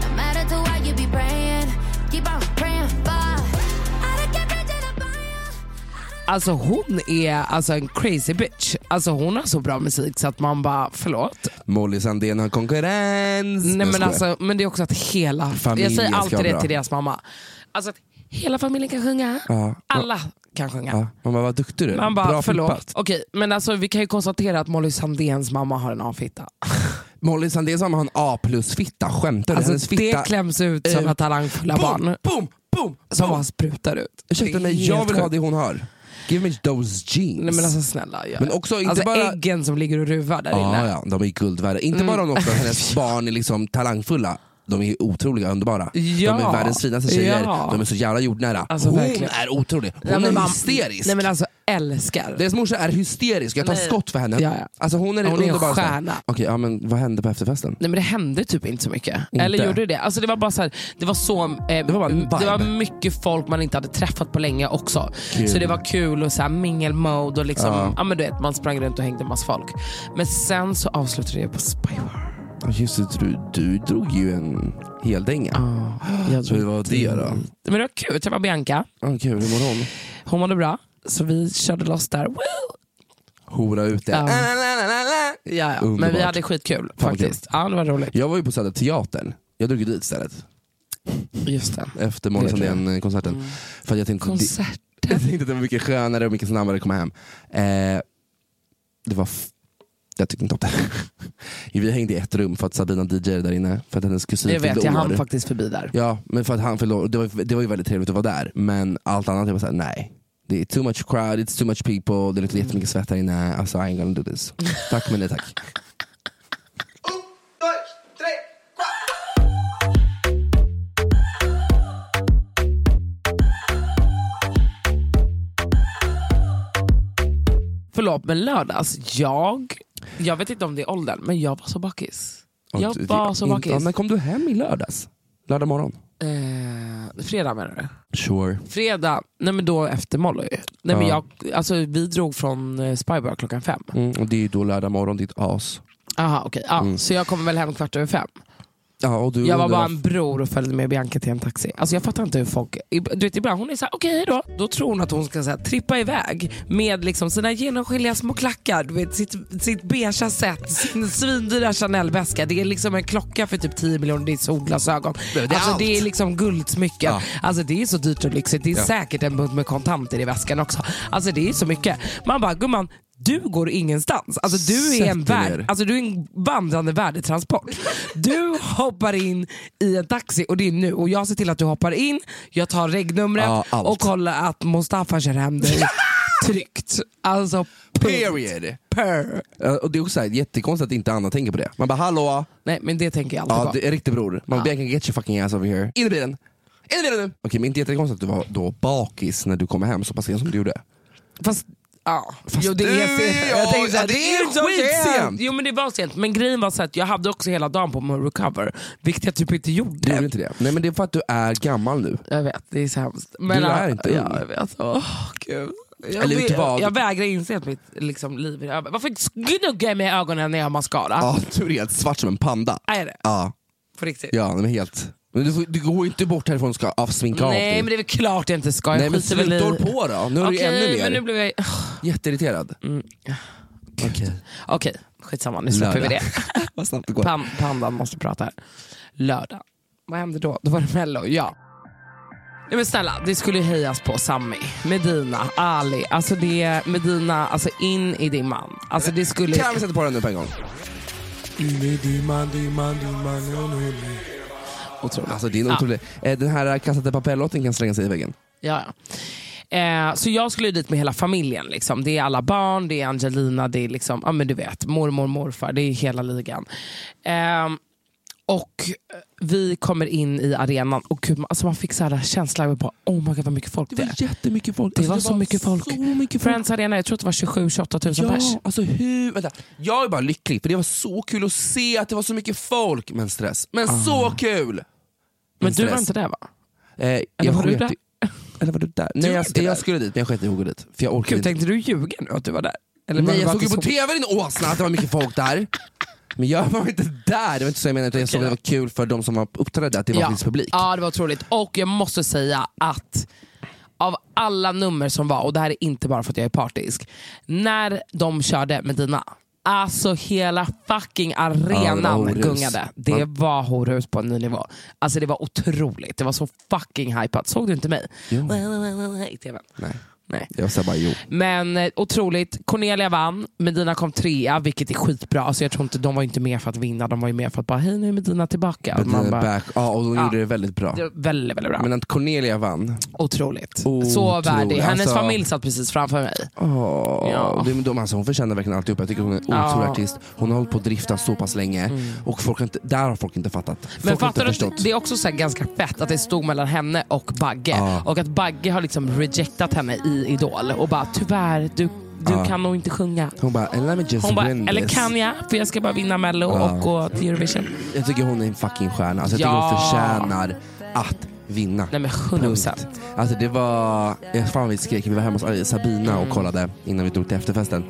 Speaker 3: No matter to what you be praying, keep on praying for. I don't get rich in a buyer.
Speaker 1: Alltså hon är alltså en crazy bitch. Alltså hon har så bra musik så att man bara, förlåt?
Speaker 2: Molly Sandén har konkurrens.
Speaker 1: Nej, men,
Speaker 2: skojar.
Speaker 1: alltså, men det är också att hela
Speaker 2: Familjen
Speaker 1: Jag säger
Speaker 2: ska
Speaker 1: alltid
Speaker 2: vara
Speaker 1: det
Speaker 2: bra.
Speaker 1: till deras mamma. Alltså att hela familjen kan sjunga.
Speaker 2: Ja.
Speaker 1: Alla kan sjunga.
Speaker 2: Ja, man bara, vad duktig du är.
Speaker 1: Man bara,
Speaker 2: Bra
Speaker 1: förlåt.
Speaker 2: flippat.
Speaker 1: Okej, men alltså, vi kan ju konstatera att Molly Sandéns mamma har en A-fitta.
Speaker 2: Molly Sandén sa man har en A plus-fitta. Skämtar du?
Speaker 1: Alltså,
Speaker 2: Hennes fitta...
Speaker 1: det kläms ut
Speaker 2: Eh,
Speaker 1: sådana talangfulla barn
Speaker 2: Boom, boom, boom,
Speaker 1: som
Speaker 2: boom.
Speaker 1: bara sprutar ut.
Speaker 2: Ursäkta
Speaker 1: Det är
Speaker 2: mig,
Speaker 1: helt
Speaker 2: jag vill ha
Speaker 1: sjukt.
Speaker 2: det hon har. Give me those jeans.
Speaker 1: Nej men alltså snälla. gör
Speaker 2: Men
Speaker 1: det.
Speaker 2: också inte
Speaker 1: alltså,
Speaker 2: bara-
Speaker 1: äggen som ligger och ruvar där inne.
Speaker 2: Ja, ja, de är guld värda. Inte bara
Speaker 1: Mm.
Speaker 2: om också att hennes barn är liksom talangfulla, de är otroliga underbara.
Speaker 1: Ja.
Speaker 2: De är världens finaste tjejer,
Speaker 1: Ja.
Speaker 2: de är så jävla jordnära.
Speaker 1: Alltså,
Speaker 2: hon
Speaker 1: verkligen.
Speaker 2: är otrolig, hon
Speaker 1: Nej, men
Speaker 2: är
Speaker 1: man-
Speaker 2: hysterisk.
Speaker 1: Nej men alltså älskar.
Speaker 2: Deras morsa är hysterisk, jag tar
Speaker 1: Nej.
Speaker 2: skott för henne.
Speaker 1: Ja, ja.
Speaker 2: Alltså, hon är den
Speaker 1: Hon är en
Speaker 2: underbaraste.
Speaker 1: stjärna.
Speaker 2: Okej, ja, men vad hände på efterfesten?
Speaker 1: Nej men det hände typ inte så mycket.
Speaker 2: Inte.
Speaker 1: Eller gjorde det alltså det? var bara så här, Det var så eh,
Speaker 2: Det var bara en vibe.
Speaker 1: det var mycket folk man inte hade träffat på länge också.
Speaker 2: Kul.
Speaker 1: Så det var kul och så här mingelmode och liksom,
Speaker 2: Ja.
Speaker 1: ja. men du vet, man sprang runt och hängde med massa folk. Men sen så avslutade det på Spybar.
Speaker 2: Ja, Just det, du, du drog ju en hel dänga.
Speaker 1: Jag
Speaker 2: Så hur var det då?
Speaker 1: Men det var kul, jag träffade Bianca.
Speaker 2: Ja, kul, hur mår hon?
Speaker 1: Hon mådde bra. Så vi körde loss där. Woo!
Speaker 2: Hora ut det.
Speaker 1: Ja.
Speaker 2: La, la, la, la, la.
Speaker 1: Ja, ja. Men
Speaker 2: Underbart.
Speaker 1: vi hade skitkul
Speaker 2: vad
Speaker 1: faktiskt. Ja, det var roligt.
Speaker 2: Jag var ju på Södra Teatern, jag drog ju dit istället.
Speaker 1: Just det.
Speaker 2: efter Molly
Speaker 1: Det tror jag.
Speaker 2: Sandén-konserten.
Speaker 1: Mm.
Speaker 2: För att jag tänkte,
Speaker 1: Konsert.
Speaker 2: jag tänkte att det var mycket skönare och mycket snabbare att komma hem. Eh, det var... F- jag tyckte inte om det. Vi hängde i ett rum för att Sabina DJ där inne, för att hennes kusin
Speaker 1: Det vet jag,
Speaker 2: år.
Speaker 1: han faktiskt förbi där.
Speaker 2: Ja, men för att han fyllde år. Det var, det var ju väldigt trevligt att vara där, men allt annat jag var såhär, nej. Det är too much crowd, it's too much people, det luktar jättemycket
Speaker 1: Mm.
Speaker 2: svett här inne. Alltså I ain't gonna do this. Tack men nej tack.
Speaker 1: Förlåt, men lördags, jag, jag vet inte om det är åldern, men jag var så bakis. Jag var så bakis.
Speaker 2: Ja, men kom du hem i lördags? Lördag morgon?
Speaker 1: Eh, fredag menar du?
Speaker 2: Sure.
Speaker 1: Fredag, nej men då efter Molly. Nej, men
Speaker 2: Ja.
Speaker 1: jag, alltså, vi drog från eh, Spybar klockan fem.
Speaker 2: Mm, och det är ju då lördag morgon, ditt as.
Speaker 1: Aha, okay. ja, Så jag kommer väl hem kvart över fem.
Speaker 2: Ja, och du
Speaker 1: Jag var
Speaker 2: undrar-
Speaker 1: bara en bror och följde med Bianca till en taxi. Alltså jag fattar inte hur folk... ib- Du vet, ibland hon är såhär, okej då. Då tror hon att hon ska så här, trippa iväg med liksom sina genomskinliga små klackar, du vet, sitt, sitt beiga sätt, sin svindyra Chanel-väska. Det är liksom en klocka för typ 10 miljoner, det är solglasögon.
Speaker 2: Det är
Speaker 1: alltså,
Speaker 2: allt.
Speaker 1: det är liksom guldsmycken.
Speaker 2: Ja.
Speaker 1: Alltså det är så dyrt och lyxigt. Det är säkert en bunt med kontanter i väskan också. Alltså det är så mycket. Man bara, gumman, du går ingenstans. Alltså du är en
Speaker 2: Sätt dig
Speaker 1: värd,
Speaker 2: ner.
Speaker 1: Alltså du är en vandrande värdetransport. Du hoppar in i en taxi och det är nu. Och jag ser till att du hoppar in, jag tar regnumret
Speaker 2: Ja, allt.
Speaker 1: och kollar att Mustafa kör hem dig tryggt. Alltså punkt.
Speaker 2: Period.
Speaker 1: Per.
Speaker 2: Ja, Och det är också så här, jättekonstigt att inte Anna tänker på det. Man bara hallå,
Speaker 1: Nej men det tänker jag alltid
Speaker 2: ja,
Speaker 1: på.
Speaker 2: det är riktig bror. Man bara, I can get your fucking ass over here. In i bilen! In i bilen nu! Okej men inte jättekonstigt att du var då bakis när du kom hem så pass sent som du gjorde.
Speaker 1: Fast, ja.
Speaker 2: Fast
Speaker 1: jo, det
Speaker 2: du
Speaker 1: är,
Speaker 2: är-
Speaker 1: sent.
Speaker 2: ja,
Speaker 1: jag tänker så här,
Speaker 2: ja, det
Speaker 1: det är
Speaker 2: är skitsent.
Speaker 1: skitsent. Jo men det var sent. Men grejen var så att jag hade också hela dagen på mig att recover. Vilket jag typ inte gjorde.
Speaker 2: Du gjorde inte det. Nej men det är för att du är gammal nu.
Speaker 1: Jag vet, det är så hemskt.
Speaker 2: Du är
Speaker 1: ah,
Speaker 2: inte ung.
Speaker 1: ja, jag vet. Åh, gud. Jag,
Speaker 2: Eller vet du vad?
Speaker 1: jag, jag vägrar inse att mitt liksom, liv är över. Varför gnuggar jag mig i ögonen när jag har mascara?
Speaker 2: Ja, du är helt svart som en panda.
Speaker 1: Är det?
Speaker 2: Ja,
Speaker 1: På riktigt?
Speaker 2: ja men helt. Men du, får- du går ju inte bort härifrån och ska avsminka av
Speaker 1: Nej
Speaker 2: dig.
Speaker 1: men det är väl klart jag inte ska. Jag
Speaker 2: Nej men
Speaker 1: skiter väl i-
Speaker 2: sluta håll på då. Nu Mm. är du ju
Speaker 1: Okej,
Speaker 2: ännu mer
Speaker 1: men nu blev jag...
Speaker 2: jätteirriterad. Okej,
Speaker 1: Okej, skitsamma. Nu släpper vi
Speaker 2: Lördag.
Speaker 1: det.
Speaker 2: vad snabbt det går.
Speaker 1: Pan, pandan måste prata här. Lördag. Vad hände då? Då var det Mello, ja. Nej men snälla, det skulle ju hejas på Sammy, Medina, Ali. Alltså det, Medina, alltså in i din man. Alltså det skulle...
Speaker 2: Kan vi sätta på den nu på en gång?
Speaker 1: Otroligt.
Speaker 2: Alltså det är en
Speaker 1: Ja.
Speaker 2: otrolig... Eh, Den här Casa de Papel-låten kan slänga sig i väggen.
Speaker 1: Ja, ja. Eh, så jag skulle ju dit med hela familjen. Liksom. Det är alla barn, det är Angelina, det är liksom, ja, men du vet, mormor, morfar, det är hela ligan. Ehm, och eh, vi kommer in i arenan och gud, man- alltså man fick så här känsla av bara, oh my god vad mycket folk det är.
Speaker 2: jättemycket folk. Alltså,
Speaker 1: Det var så mycket folk. Friends Arena, jag tror att det var 27-28 tusen
Speaker 2: Ja,
Speaker 1: pers.
Speaker 2: alltså hur... Vänta. Jag är bara lycklig för det var så kul att se att det var så mycket folk. Men stress. Men så kul! Men,
Speaker 1: Men du var
Speaker 2: stress.
Speaker 1: inte där va?
Speaker 2: Eh,
Speaker 1: Eller
Speaker 2: jag
Speaker 1: var du
Speaker 2: sket
Speaker 1: där?
Speaker 2: i- Eller var du där? Nej,
Speaker 1: var
Speaker 2: jag,
Speaker 1: inte
Speaker 2: jag
Speaker 1: där.
Speaker 2: skulle dit men jag sket i att gå dit. För jag orkade
Speaker 1: Gud,
Speaker 2: inte.
Speaker 1: tänkte du ljuga nu att du var där? Eller var
Speaker 2: Nej,
Speaker 1: det
Speaker 2: jag
Speaker 1: bara
Speaker 2: såg ju
Speaker 1: att
Speaker 2: på
Speaker 1: du
Speaker 2: tv din åsna att det var mycket folk där. Men jag var inte där, det var inte så jag menade. Utan jag såg att det var kul för de som var uppträdde att det var
Speaker 1: Ja.
Speaker 2: viss publik.
Speaker 1: Ja, det var otroligt. Och jag måste säga att av alla nummer som var, och det här är inte bara för att jag är partisk, när de körde med dina Alltså hela fucking
Speaker 2: Ja,
Speaker 1: arenan
Speaker 2: det var horhus.
Speaker 1: gungade. Det
Speaker 2: Man-
Speaker 1: var horhus på en ny nivå. Alltså det var otroligt. Det var så fucking hypat. Såg du inte mig? I TV:n.
Speaker 2: Nej.
Speaker 1: Nej.
Speaker 2: Jag sa bara jo.
Speaker 1: Men eh, otroligt. Cornelia vann, Medina kom trea, vilket är skitbra. Alltså jag tror inte, de var inte med för att vinna, de var ju med för att bara, hej nu är Medina tillbaka.
Speaker 2: Men
Speaker 1: Man
Speaker 2: den är
Speaker 1: bara,
Speaker 2: back. Ja, och de
Speaker 1: Ja.
Speaker 2: gjorde det väldigt bra.
Speaker 1: det var väldigt, väldigt bra.
Speaker 2: Men att Cornelia vann,
Speaker 1: Otroligt. Så
Speaker 2: Otroligt.
Speaker 1: värdig. Hennes
Speaker 2: Alltså-
Speaker 1: familj satt precis framför mig.
Speaker 2: Åh,
Speaker 1: Ja.
Speaker 2: det, men de, alltså, hon förtjänar verkligen alltihop. Jag tycker hon är en otrolig
Speaker 1: Ja. Mm.
Speaker 2: artist. Hon har hållit på att drifta så pass länge och folk har inte, där har folk inte fattat. Folk
Speaker 1: Men
Speaker 2: har
Speaker 1: fattar
Speaker 2: inte
Speaker 1: du, att
Speaker 2: förstått.
Speaker 1: det är också så här ganska fett att det stod mellan henne och Bagge. Och att Bagge har liksom rejectat henne i Idol och bara tyvärr, du, du kan nog inte sjunga.
Speaker 2: Hon bara, "And let me just
Speaker 1: Hon bara,
Speaker 2: win
Speaker 1: eller
Speaker 2: this."
Speaker 1: kan jag? För jag ska bara vinna mello och gå till Eurovision.
Speaker 2: Jag tycker hon är en fucking stjärna. Alltså, jag
Speaker 1: Ja.
Speaker 2: tycker hon förtjänar att vinna.
Speaker 1: Nej men 100 procent.
Speaker 2: Punkt. Alltså det var, jag fan vi skrek, vi var hemma hos Sabina och kollade innan vi drog till efterfesten.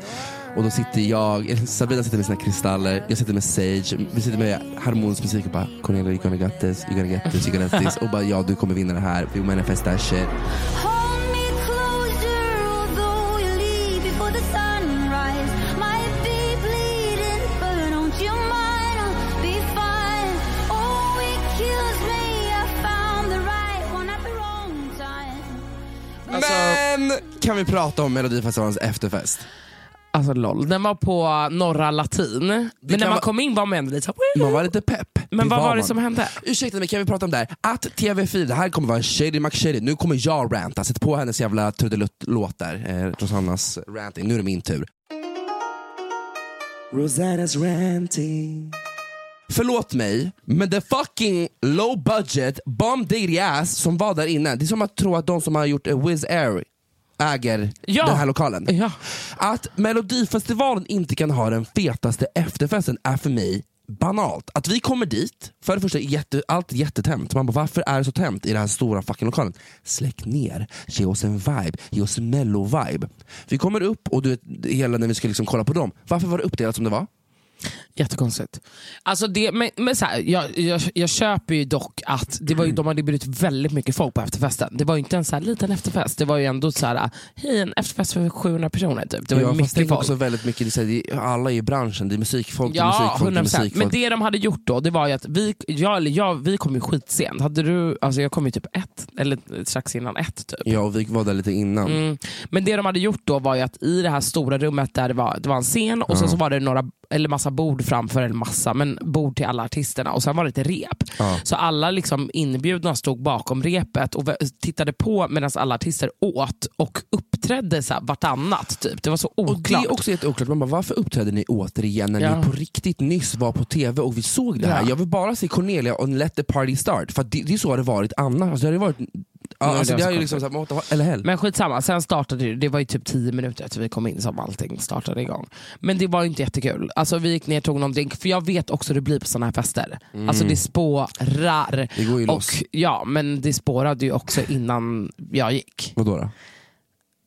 Speaker 2: Och då sitter jag, Sabina sitter med sina kristaller, jag sitter med Sage, vi sitter med harmonisk musik och bara Cornelia you're gonna get this, you're gonna get this, you're gonna get this. Och bara ja du kommer vinna det här, we manifest that shit.
Speaker 3: Hold me closer, although you leave before the sunrise. Might be bleeding, but don't you mind? I'll be fine. Oh, it kills me. I found
Speaker 2: kan vi prata om Melodifestivalens efterfest?
Speaker 1: Alltså lol, den var på Norra Latin. Men när
Speaker 2: kan
Speaker 1: man
Speaker 2: va-
Speaker 1: kom in var man ändå lite så här,
Speaker 2: Man var lite pepp.
Speaker 1: Men vad var det
Speaker 2: man.
Speaker 1: som hände?
Speaker 2: Ursäkta mig, kan vi prata om det här? Att TV4, det här kommer vara en shady McShady. Nu kommer jag ranta. Sätt på hennes jävla trudelutt-låt där. Eh, Rosannas ranting. Nu är det min tur. Rosannas ranting. Förlåt mig, men the fucking low budget bomb dirty ass som var där inne. Det är som att tro att de som har gjort eh, Wizz Air äger
Speaker 1: Ja.
Speaker 2: den här lokalen.
Speaker 1: Ja.
Speaker 2: Att Melodifestivalen inte kan ha den fetaste efterfesten är för mig banalt. Att vi kommer dit, för det första är jätte, allt är jättetämt. Man bara, varför är det så tämt i den här stora fucking lokalen? Släck ner, ge oss en vibe, ge oss en mello-vibe. Vi kommer upp och du vet, hela när vi ska liksom kolla på dem, varför var det uppdelat som det var?
Speaker 1: Jättekonstigt. Alltså det, men, men så här, jag, jag, jag köper ju dock att det var ju, de hade bjudit väldigt mycket folk på efterfesten. Det var ju inte en så här liten efterfest. Det var ju ändå så här, hej en efterfest för 700 personer. Typ. Det var ju
Speaker 2: Ja, fast
Speaker 1: mycket
Speaker 2: tänk
Speaker 1: folk.
Speaker 2: också väldigt mycket, det är så här, det är, alla är i branschen, det är musikfolk, det är
Speaker 1: Ja,
Speaker 2: musikfolk, det är
Speaker 1: 100%. Men
Speaker 2: musikfolk.
Speaker 1: det de hade gjort då, det var ju att vi, jag, eller jag, vi kom ju skitsent. Hade du, alltså jag kom ju typ ett, eller strax innan ett typ.
Speaker 2: Ja, och vi var där lite innan.
Speaker 1: Mm. Men det de hade gjort då var ju att i det här stora rummet där det var, det var en scen och sen så var det några, eller massa bord framför, eller massa, men bord till alla artisterna och sen var det ett rep. Så alla liksom inbjudna stod bakom repet och vä- tittade på medan alla artister åt och uppträdde så här vartannat. Typ. Det var så
Speaker 2: Och
Speaker 1: oklart.
Speaker 2: Det är också jätteoklart. Man bara, varför uppträder ni återigen när
Speaker 1: Ja.
Speaker 2: ni på riktigt nyss var på TV och vi såg det här?
Speaker 1: Ja.
Speaker 2: Jag vill bara se Cornelia och Let the party start. För att det, det är så har det varit annars. Alltså, det har ju varit... Ja,
Speaker 1: Nej,
Speaker 2: alltså,
Speaker 1: Mm. det
Speaker 2: det
Speaker 1: var
Speaker 2: har ju
Speaker 1: så
Speaker 2: liksom såhär, what the hell, eller hell.
Speaker 1: Men skitsamma, sen startade det, det var ju typ 10 minuter efter vi kom in som allting startade igång. Men det var ju inte jättekul. Alltså vi gick ner, tog någon drink, för jag vet också hur det blir på sådana här fester. Alltså det spårar.
Speaker 2: Mm. Det går ju loss.
Speaker 1: Och, ja, men det spårade ju också innan jag gick.
Speaker 2: Vadå då?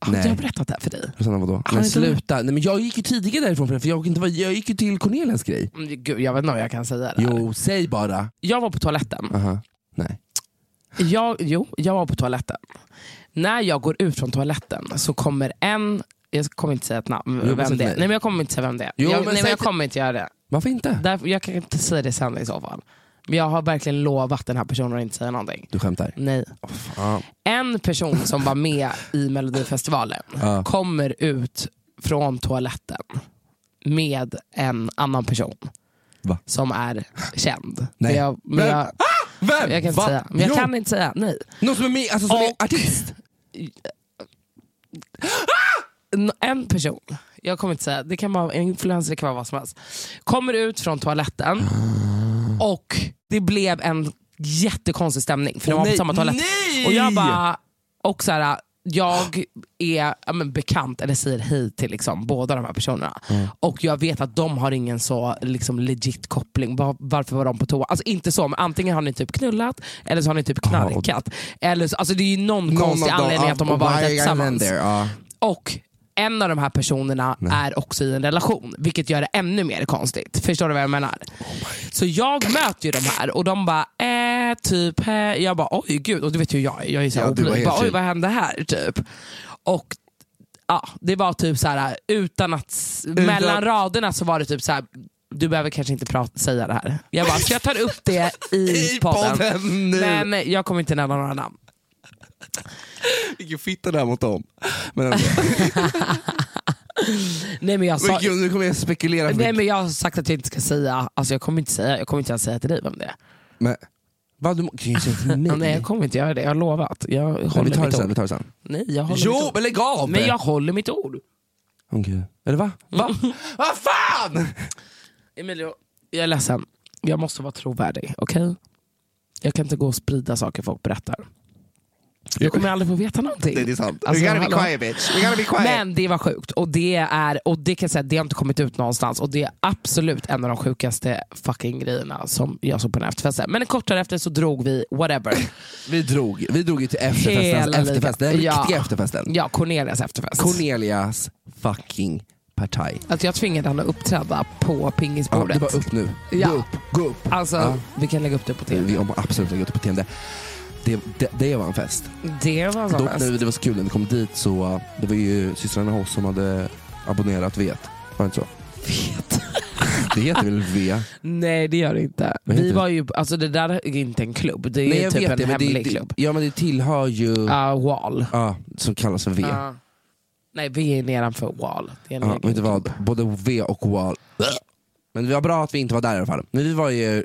Speaker 1: Har
Speaker 2: Nej.
Speaker 1: inte jag berättat det här för dig?
Speaker 2: Rosanna vadå?
Speaker 1: Har
Speaker 2: Nej
Speaker 1: inte-
Speaker 2: sluta. Nej, men jag gick ju tidigare därifrån för det, för jag, gick inte, jag gick ju till Cornelias grej.
Speaker 1: Mm, Gud, jag vet inte om jag kan säga det här.
Speaker 2: Jo, säg bara.
Speaker 1: Jag var på toaletten.
Speaker 2: Aha. Nej.
Speaker 1: Jag, jo, jag var på toaletten. När jag går ut från toaletten så kommer en, jag kommer inte säga ett namn,
Speaker 2: Jo, men
Speaker 1: vem
Speaker 2: säg
Speaker 1: det är.
Speaker 2: till mig.
Speaker 1: Nej men jag kommer inte säga vem det är.
Speaker 2: Jo,
Speaker 1: jag,
Speaker 2: men
Speaker 1: nej,
Speaker 2: säg
Speaker 1: men jag
Speaker 2: till-
Speaker 1: kommer inte göra det.
Speaker 2: Varför inte?
Speaker 1: Därför, jag kan inte säga det sen i så fall. Men jag har verkligen lovat den här personen att inte säga någonting.
Speaker 2: Du skämtar?
Speaker 1: Nej.
Speaker 2: Ja.
Speaker 1: En person som var med i Melodifestivalen
Speaker 2: Ja.
Speaker 1: kommer ut från toaletten med en annan person.
Speaker 2: Va?
Speaker 1: Som är känd.
Speaker 2: Nej.
Speaker 1: Men jag, men
Speaker 2: Vem?
Speaker 1: jag,
Speaker 2: Vem?
Speaker 1: jag kan inte
Speaker 2: Va?
Speaker 1: säga. Men jag
Speaker 2: Jo.
Speaker 1: kan inte säga. Nej.
Speaker 2: Någon som är med, alltså som
Speaker 1: Och-
Speaker 2: är artist?
Speaker 1: N- En person, jag kommer inte säga, det kan vara en influencer, det kan vara vad som helst. Kommer ut från toaletten
Speaker 2: Ah.
Speaker 1: och det blev en jättekonstig stämning för de
Speaker 2: Åh,
Speaker 1: var på
Speaker 2: nej.
Speaker 1: samma toalett.
Speaker 2: Nej!
Speaker 1: Och jag bara, och så här, jag är ja, men, bekant, eller säger hej till liksom, båda de här personerna.
Speaker 2: Mm.
Speaker 1: Och jag vet att de har ingen så liksom, legit koppling. Va- varför var de på toa? Alltså inte så, men antingen har ni typ knullat, eller så har ni typ knarkat. Eller så, alltså, det är ju någon, konstig
Speaker 2: av dem-
Speaker 1: anledning att de har
Speaker 2: why
Speaker 1: varit
Speaker 2: are you
Speaker 1: tillsammans.
Speaker 2: there? Ja.
Speaker 1: Och en av de här personerna är också i en relation, vilket gör det ännu mer konstigt. Förstår du vad jag menar? så jag möter ju de här och de bara, eh, typ, eh. jag bara, oj gud. Och du vet ju hur jag är, jag är så här
Speaker 2: Ja, du var
Speaker 1: oblyg.
Speaker 2: helt
Speaker 1: Bara, Oj,
Speaker 2: chill.
Speaker 1: vad hände här? Typ. Och ja, det var typ så här utan att, s- mellan raderna så var det typ så här du behöver kanske inte prata, säga det här. Jag bara, så jag tar upp det i,
Speaker 2: I podden nu.
Speaker 1: Men eh, jag kommer inte nämna några namn.
Speaker 2: Vilken fitta där mot dem. Men alltså,
Speaker 1: Nej, men jag sa,
Speaker 2: men gud, nu kommer jag spekulera för
Speaker 1: Nej
Speaker 2: mycket.
Speaker 1: men jag har sagt att jag inte ska säga, alltså jag kommer inte säga, jag kommer inte ens säga till dig vem det är.
Speaker 2: Men, vad, du må- kan ju inte säga till mig.
Speaker 1: Nej jag kommer inte göra det, jag har lovat. Jag håller
Speaker 2: vi tar
Speaker 1: mitt
Speaker 2: det sen. Vi
Speaker 1: ord.
Speaker 2: tar det sen.
Speaker 1: Nej jag håller mitt
Speaker 2: Jo,
Speaker 1: ord.
Speaker 2: men lägg av!
Speaker 1: Men jag håller mitt ord.
Speaker 2: Åh, gud. Eller va? Va? Vad Ah, fan!
Speaker 1: Emilio, jag är ledsen. Jag måste vara trovärdig, okej? Jag kan inte gå och sprida saker folk berättar. Du kommer aldrig få veta någonting.
Speaker 2: Nej, det är sant.
Speaker 1: Alltså,
Speaker 2: We gotta
Speaker 1: hallå.
Speaker 2: be quiet bitch. We gotta be quiet.
Speaker 1: Men det var sjukt och det är och det kan jag säga, det har inte kommit ut någonstans och det är absolut en av de sjukaste fucking grejerna som jag såg på den här efterfesten. Men kort därefter så drog vi whatever.
Speaker 2: Vi drog Vi drog ju till efterfestens
Speaker 1: Hela
Speaker 2: efterfest. Den
Speaker 1: ligan.
Speaker 2: riktiga
Speaker 1: Ja.
Speaker 2: efterfesten.
Speaker 1: Ja, Cornelias efterfest.
Speaker 2: Cornelias fucking partaj.
Speaker 1: Att jag tvingade honom att uppträda på
Speaker 2: Ja, det
Speaker 1: pingisbordet.
Speaker 2: var upp nu.
Speaker 1: Ja.
Speaker 2: Gå upp, gå upp.
Speaker 1: Alltså,
Speaker 2: Ja.
Speaker 1: vi kan lägga upp det på tv.
Speaker 2: Vi har absolut lägga upp det på TMD. Det, det, det var en fest.
Speaker 1: Det var så
Speaker 2: Dock,
Speaker 1: fest.
Speaker 2: när det var så kul när vi kom dit så uh, det var ju systrarna Hoss som hade abonnerat V. Var det inte så?
Speaker 1: Fet.
Speaker 2: Det heter väl V?
Speaker 1: Nej, det gör det inte.
Speaker 2: Vad
Speaker 1: Vi
Speaker 2: heter
Speaker 1: var ju, alltså det där är inte en klubb, det är typ en
Speaker 2: men
Speaker 1: hemlig
Speaker 2: det,
Speaker 1: klubb.
Speaker 2: Ja men det tillhör ju,
Speaker 1: Uh, wall.
Speaker 2: ja, som kallas för V.
Speaker 1: Ja. Nej, vi är nedanför wall. Det är en
Speaker 2: Ja,
Speaker 1: egen
Speaker 2: vet du vad?
Speaker 1: klubb.
Speaker 2: Både V och Wall. Men det var bra att vi inte var där i alla fall. Men vi var ju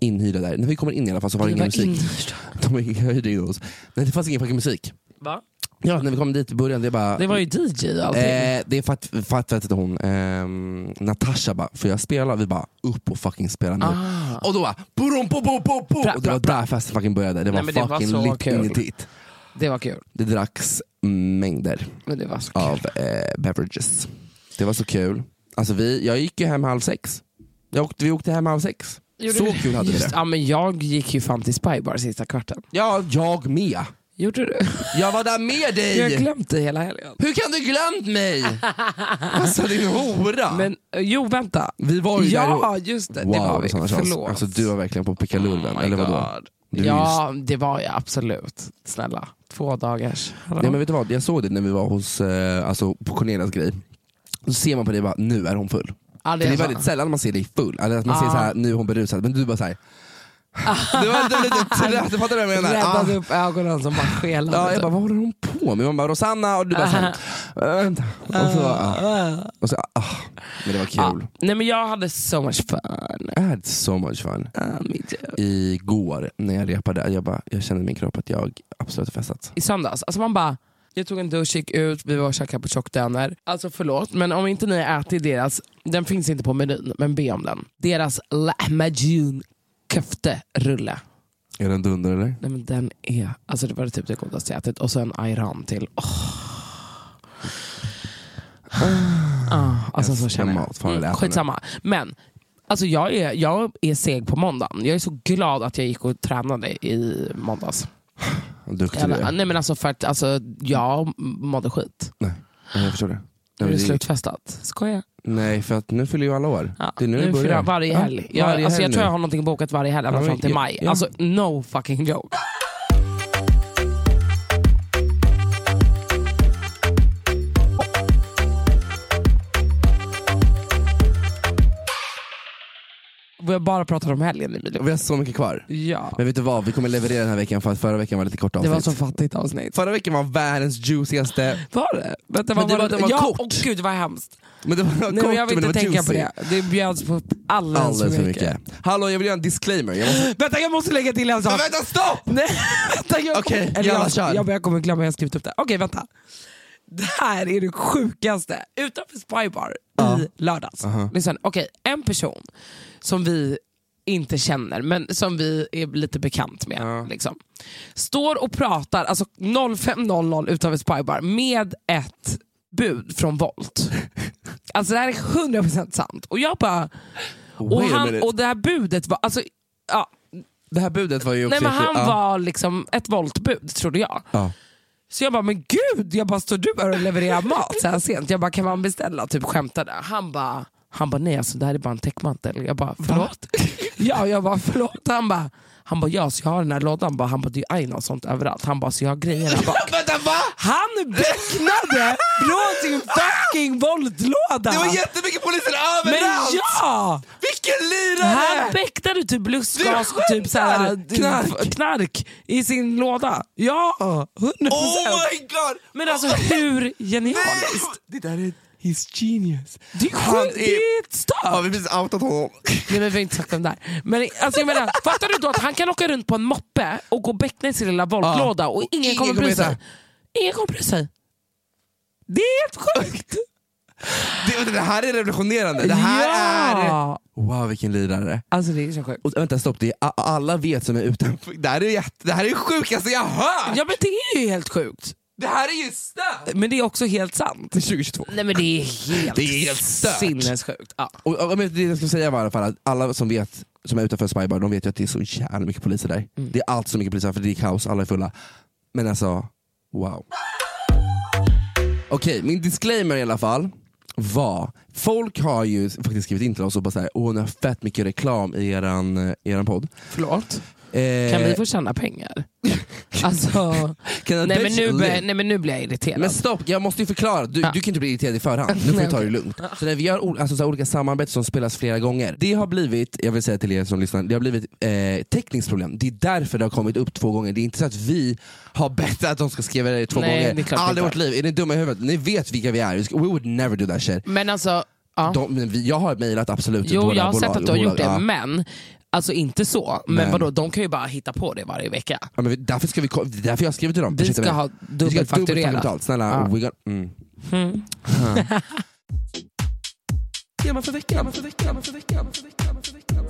Speaker 2: inhyrda där. När vi kommer in i alla fall så var det
Speaker 1: Vi
Speaker 2: ingen
Speaker 1: var
Speaker 2: musik.
Speaker 1: inhyrda.
Speaker 2: De hyrde ju oss. Nej, det fanns ingen fucking musik.
Speaker 1: Va?
Speaker 2: Ja, när vi kom dit i början, det bara...
Speaker 1: Det var ju DJ och allting.
Speaker 2: Eh, det är för att, för att vet du, hon, ehm, Natasha bara, får jag spela? Vi bara, upp och fucking spela nu.
Speaker 1: Ah.
Speaker 2: Och då bara, boom, boom, boom, boom, boom.
Speaker 1: Bra,
Speaker 2: Och det var där festen fucking började. Det var
Speaker 1: Nej, men det var
Speaker 2: fucking
Speaker 1: så
Speaker 2: lit in i
Speaker 1: kul.
Speaker 2: dit.
Speaker 1: Det var kul.
Speaker 2: Det dracks mängder
Speaker 1: Men det var så kul.
Speaker 2: av eh, beverages. Det var så kul. Alltså vi, jag gick ju hem halv sex. Jag åkte, vi åkte hem halv sex.
Speaker 1: Gjorde
Speaker 2: så
Speaker 1: du-
Speaker 2: kul hade vi
Speaker 1: Just,
Speaker 2: det.
Speaker 1: Ja, men jag gick ju fan till Spybar sista kvarten.
Speaker 2: Ja, jag med.
Speaker 1: Gjorde du?
Speaker 2: Jag var där med dig.
Speaker 1: Jag har glömt det hela helgen.
Speaker 2: Hur kan du glömt mig? alltså din hora.
Speaker 1: Men eh, jo, vänta.
Speaker 2: vi var ju där.
Speaker 1: ja,
Speaker 2: och-
Speaker 1: just det.
Speaker 2: Wow,
Speaker 1: det var vi.
Speaker 2: Sandra Charles.
Speaker 1: Förlåt. Oh
Speaker 2: Alltså, du var verkligen på pickalurven,
Speaker 1: my
Speaker 2: eller vadå?
Speaker 1: God.
Speaker 2: Du är
Speaker 1: ja, det var jag absolut. Snälla, två dagars. Hallå?
Speaker 2: Nej, men vet du vad? Jag såg det när vi var hos, eh, alltså, på Cornelias grej. Så ser man på dig bara, nu är hon full.
Speaker 1: Ja,
Speaker 2: Det är, det är
Speaker 1: så-
Speaker 2: väldigt sällan man ser dig full, eller att man ser så här, nu är hon berusad, men du bara såhär. du var lite, lite trött, fattar du vad jag menar?
Speaker 1: Räddade
Speaker 2: Ah.
Speaker 1: upp ögonen som bara skelade.
Speaker 2: Ja, jag bara, vad håller hon på med? Man bara, Rosanna, och du bara såhär, "Äh, vänta. Och så, ah. och så, ah. Men det var
Speaker 1: Ja.
Speaker 2: kul.
Speaker 1: Nej, men jag hade so much fun.
Speaker 2: I had so much fun.
Speaker 1: Ah, me too.
Speaker 2: Igår när jag repade, jag, bara, jag kände i min kropp att jag absolut har festat.
Speaker 1: I söndags, alltså man bara, jag tog en dusch, gick ut, vi var och käkade på Tjockdöner. Alltså förlåt, men om inte ni har ätit deras, den finns inte på menyn, men be om den. Deras lahmajun köfterulle.
Speaker 2: Är den dunder eller?
Speaker 1: Nej men den är, alltså det var typ det godaste jag ätit. Och så en ayran till. Åh. Ah, alltså så
Speaker 2: älskar
Speaker 1: känner jag.
Speaker 2: mat. Fan, jag lät henne.
Speaker 1: skitsamma. Men alltså jag, är, jag är seg på måndagen. Jag är så glad att jag gick och tränade i måndags.
Speaker 2: Vad Duktig du
Speaker 1: Jävla-
Speaker 2: är.
Speaker 1: nej men alltså för att alltså, jag mådde skit.
Speaker 2: Nej, Ja, jag förstår det.
Speaker 1: Nu
Speaker 2: Nej,
Speaker 1: är
Speaker 2: men
Speaker 1: det
Speaker 2: det-
Speaker 1: slutfestat. Skoja.
Speaker 2: Nej, för att nu fyller ju alla år.
Speaker 1: Ja.
Speaker 2: Det är nu, det
Speaker 1: fyller
Speaker 2: börjar.
Speaker 1: jag varje
Speaker 2: Ja,
Speaker 1: helg. Jag,
Speaker 2: varje
Speaker 1: alltså, jag
Speaker 2: helg
Speaker 1: tror
Speaker 2: nu.
Speaker 1: jag har någonting bokat varje helg ända
Speaker 2: Ja,
Speaker 1: fram till
Speaker 2: ja,
Speaker 1: maj.
Speaker 2: ja.
Speaker 1: Alltså no fucking joke. Vi har bara pratat om helgen Emilio.
Speaker 2: Och Vi har så mycket kvar.
Speaker 1: Ja.
Speaker 2: Men vet du vad, vi kommer leverera den här veckan för att förra veckan var lite kort
Speaker 1: Det
Speaker 2: avsnitt.
Speaker 1: var så fattigt avsnitt.
Speaker 2: Förra veckan var världens juicigaste,
Speaker 1: Var det? Vänta,
Speaker 2: Men
Speaker 1: vad
Speaker 2: det
Speaker 1: var
Speaker 2: var-
Speaker 1: det?
Speaker 2: det var
Speaker 1: ja,
Speaker 2: kort.
Speaker 1: åh gud vad hemskt.
Speaker 2: men det var kort
Speaker 1: Nej, men jag vill
Speaker 2: men det
Speaker 1: inte
Speaker 2: var
Speaker 1: tänka
Speaker 2: juicy.
Speaker 1: på det. Det bjöds på alldeles,
Speaker 2: Alldeles för mycket. Hallå, jag vill göra en disclaimer. Jag måste...
Speaker 1: Vänta, jag måste lägga till en sak.
Speaker 2: Men vänta, stopp!
Speaker 1: Nej, vänta, jag
Speaker 2: Okej,
Speaker 1: kommer- eller
Speaker 2: Jalla,
Speaker 1: jag,
Speaker 2: kör.
Speaker 1: jag, jag kommer glömma hur jag har skrivit upp det. Okej, vänta. Det här är det sjukaste. Utanför Spybar i lördags. Lyssna, okej, en person som vi inte känner, men som vi är lite bekant med. Liksom, står och pratar, alltså 05.00 utanför Spybar, med ett bud från Volt. Alltså det här är 100% sant. Och jag bara... Och,
Speaker 2: Wait a
Speaker 1: han,
Speaker 2: minute.
Speaker 1: och det här budet var... Alltså, ja,
Speaker 2: Det här budet var ju också...
Speaker 1: Nej men han
Speaker 2: Ja.
Speaker 1: var liksom ett voltbud trodde jag.
Speaker 2: Ja.
Speaker 1: Så jag bara, men gud, jag bara, står du här och levererar mat så här sent? Jag bara, kan man beställa? Typ skämtade. Han bara, han bara, nej alltså det här är bara en täckmantel. Jag bara, förlåt? ja, jag bara, förlåt. Han bara, han bara, ja så jag har den här lådan. Bara, han bara, det är ju aina och sånt överallt. Han bara, så jag har grejer här bak.
Speaker 2: Vänta, va?
Speaker 1: Han becknade från sin fucking voltlåda!
Speaker 2: Det var jättemycket poliser
Speaker 1: men
Speaker 2: överallt!
Speaker 1: ja!
Speaker 2: Vilken
Speaker 1: Han
Speaker 2: lirare!
Speaker 1: bäktade typ lustgas och
Speaker 2: Du
Speaker 1: typ såhär,
Speaker 2: skämtar! Knark!
Speaker 1: knark i sin låda. Ja, 100%.
Speaker 2: Oh my god!
Speaker 1: Men alltså hur genialiskt?
Speaker 2: Det där är his genius.
Speaker 1: Det är
Speaker 2: Han
Speaker 1: sjukt, det är ett
Speaker 2: Ja,
Speaker 1: stört.
Speaker 2: vi har precis outat honom.
Speaker 1: Nej men vi har inte sagt vem det är. Men alltså jag menar, fattar du då att han kan åka runt på en moppe och gå och bäckna i sin lilla voltlåda och ingen,
Speaker 2: Ingen
Speaker 1: kommer
Speaker 2: kommer
Speaker 1: bry sig.
Speaker 2: veta.
Speaker 1: Ingen kommer bry sig. Det är helt sjukt.
Speaker 2: Det, det här är revolutionerande. Det här är...
Speaker 1: ja.
Speaker 2: Wow vilken lirare.
Speaker 1: Alltså det är så sjukt.
Speaker 2: Och, vänta stopp, det är, a- alla vet som är utanför. Det här är, jätte, det här är det sjukaste jag hört!
Speaker 1: Ja men det är ju helt sjukt.
Speaker 2: Det här är ju stört!
Speaker 1: Men det är också helt sant.
Speaker 2: Det är 2022.
Speaker 1: Nej men det är helt,
Speaker 2: Det är helt stört.
Speaker 1: sinnessjukt. Ja.
Speaker 2: Och, och, men det jag skulle säga var i alla fall att alla som vet som är utanför Spybar, de vet ju att det är så jävla mycket poliser där.
Speaker 1: Mm.
Speaker 2: Det är alltid så mycket poliser för det är kaos, alla är fulla. Men alltså, wow. Okej, min disclaimer i alla fall var, folk har ju faktiskt skrivit in till oss och bara såhär, åh ni har fett mycket reklam i eran, eran podd.
Speaker 1: Förlåt?
Speaker 2: Eh,
Speaker 1: Kan vi få tjäna pengar? Alltså,
Speaker 2: Can a
Speaker 1: nej, men
Speaker 2: bitch
Speaker 1: nu
Speaker 2: live?
Speaker 1: bör, nej men nu blir jag irriterad.
Speaker 2: Men stopp, jag måste ju förklara. Du,
Speaker 1: Ja.
Speaker 2: du kan inte bli irriterad i förhand. Nu får
Speaker 1: Nej,
Speaker 2: du ta det lugnt. Så när vi gör o- alltså, så här, olika samarbeten som spelas flera gånger. Det har blivit, jag vill säga till er som lyssnar, det har blivit eh, tekniskt problem. Det är därför det har kommit upp två gånger. Det är inte så att vi har bett att de ska skriva det två
Speaker 1: Nej, det är
Speaker 2: gånger.
Speaker 1: klart, det är
Speaker 2: Aldrig i vårt
Speaker 1: klart.
Speaker 2: liv. Är ni dumma i huvudet? Ni vet vilka vi är. We would never do that shit.
Speaker 1: Men alltså, ja.
Speaker 2: De, men vi, jag har mejlat absolut till
Speaker 1: jo
Speaker 2: båda
Speaker 1: jag har sett
Speaker 2: bolag-
Speaker 1: att du har gjort det,
Speaker 2: bolag, ja.
Speaker 1: men alltså inte så. Men,
Speaker 2: Men-
Speaker 1: vadå, de kan ju bara hitta på det varje vecka.
Speaker 2: Ja, men vi- därför, ska vi, ko- det är därför jag har skrivit till dem.
Speaker 1: Vi
Speaker 2: Ursäkta
Speaker 1: ska
Speaker 2: mig.
Speaker 1: ha dubbelfakturerat.
Speaker 2: betalt. Snälla,
Speaker 1: Ja.
Speaker 2: we got, mm. Tema för veckan, tema för veckan, tema för veckan, tema för veckan,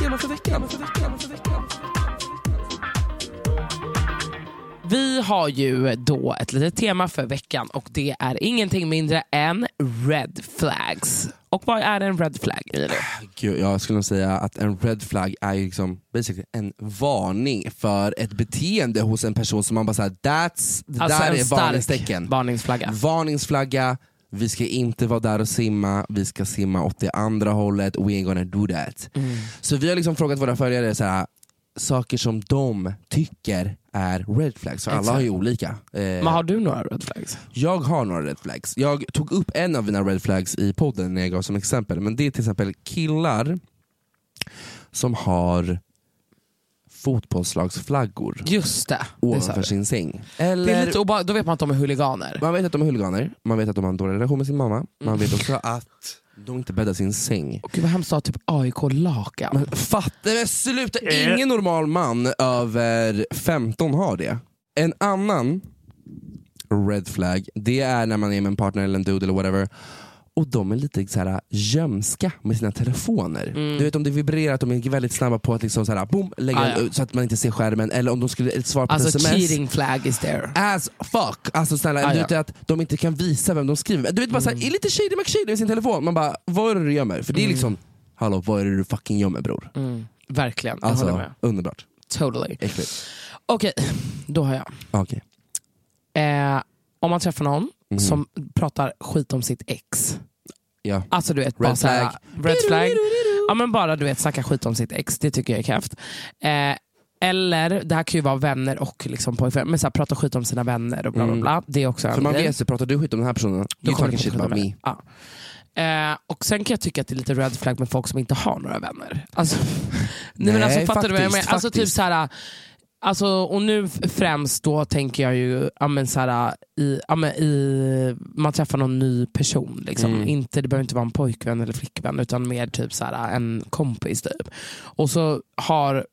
Speaker 2: tema för veckan. Tema för veckan, tema för veckan, tema för veckan, tema för veckan.
Speaker 1: Vi har ju då ett litet tema för veckan och det är ingenting mindre än red flags. Och vad är en red flag? Ilo?
Speaker 2: Gud, jag skulle nog säga att en red flag är ju liksom basically en varning för ett beteende hos en person som man bara säger that's, det
Speaker 1: Alltså
Speaker 2: där
Speaker 1: en
Speaker 2: är
Speaker 1: stark
Speaker 2: varningstecken.
Speaker 1: varningsflagga.
Speaker 2: Varningsflagga, vi ska inte vara där och simma, vi ska simma åt det andra hållet, we ain't gonna do that.
Speaker 1: Mm.
Speaker 2: Så vi har liksom frågat våra följare så här, saker som de tycker är red flags, för alla har ju olika. Eh,
Speaker 1: Men har du några red flags?
Speaker 2: jag har några red flags. Jag tog upp en av mina red flags i podden när jag gav som exempel. Men det är till exempel killar som har fotbollslagsflaggor
Speaker 1: Just det. det, sa
Speaker 2: ovanför
Speaker 1: du.
Speaker 2: sin säng.
Speaker 1: det är
Speaker 2: Eller,
Speaker 1: lite obe- då vet man att de är huliganer.
Speaker 2: man vet att de är huliganer, man vet att de har en dålig relation med sin mamma, man vet också att de inte bäddar sin säng.
Speaker 1: Gud vad hemskt att ha typ AIK-lakan.
Speaker 2: Fatta, men sluta! Ingen normal man över 15 har det. En annan red flag, det är när man är med en partner eller en dude eller whatever och de är lite så här, äh, gömska med sina telefoner. Du vet om det vibrerar, att de är väldigt snabba på att liksom så här, boom, lägga
Speaker 1: Ah,
Speaker 2: den
Speaker 1: ja.
Speaker 2: ut så att man inte ser skärmen. Eller om de skulle svara på ett
Speaker 1: Alltså
Speaker 2: sms.
Speaker 1: cheating flag is there.
Speaker 2: As fuck! Alltså snälla,
Speaker 1: Ah,
Speaker 2: du
Speaker 1: ja. Mm.
Speaker 2: vet att de inte kan visa vem de skriver med. Du vet bara såhär, är lite shady McShady i sin telefon. Man bara, vad är det du gömmer? För det är liksom, hallå vad är det du fucking gömmer bror?
Speaker 1: Verkligen, Mm. jag håller
Speaker 2: Alltså
Speaker 1: med.
Speaker 2: underbart.
Speaker 1: Totally.
Speaker 2: Äckligt.
Speaker 1: Okej, då har jag.
Speaker 2: Ah, Okej.
Speaker 1: Eh, om man träffar någon som pratar skit om sitt ex.
Speaker 2: Ja.
Speaker 1: Alltså du vet,
Speaker 2: Red
Speaker 1: bara såhär,
Speaker 2: flag.
Speaker 1: red flag. Ja men bara du vet snacka skit om sitt ex, det tycker jag är kräft. Eh, eller, det här kan ju vara vänner och liksom pojkvän, men så här, prata skit om sina vänner och bla bla bla. Det är också
Speaker 2: Mm. För
Speaker 1: en
Speaker 2: man
Speaker 1: grej.
Speaker 2: vet ju, pratar du skit om den här personen,
Speaker 1: Då
Speaker 2: you
Speaker 1: kommer
Speaker 2: talking
Speaker 1: det
Speaker 2: shit
Speaker 1: på
Speaker 2: about me.
Speaker 1: skit om vänner. Ja. Eh, och sen kan jag tycka att det är lite red flag med folk som inte har några vänner. Alltså, nej, men
Speaker 2: Nej,
Speaker 1: alltså, fattar du vad jag
Speaker 2: faktiskt,
Speaker 1: menar? Alltså, typ
Speaker 2: faktiskt.
Speaker 1: så här, alltså, och nu f- främst då tänker jag ju, ja, men, så här, i, ja, men, i, man träffar någon ny person. Liksom.
Speaker 2: Mm.
Speaker 1: Inte, det behöver inte vara en pojkvän eller flickvän utan mer typ så här, en kompis. Typ. Och så har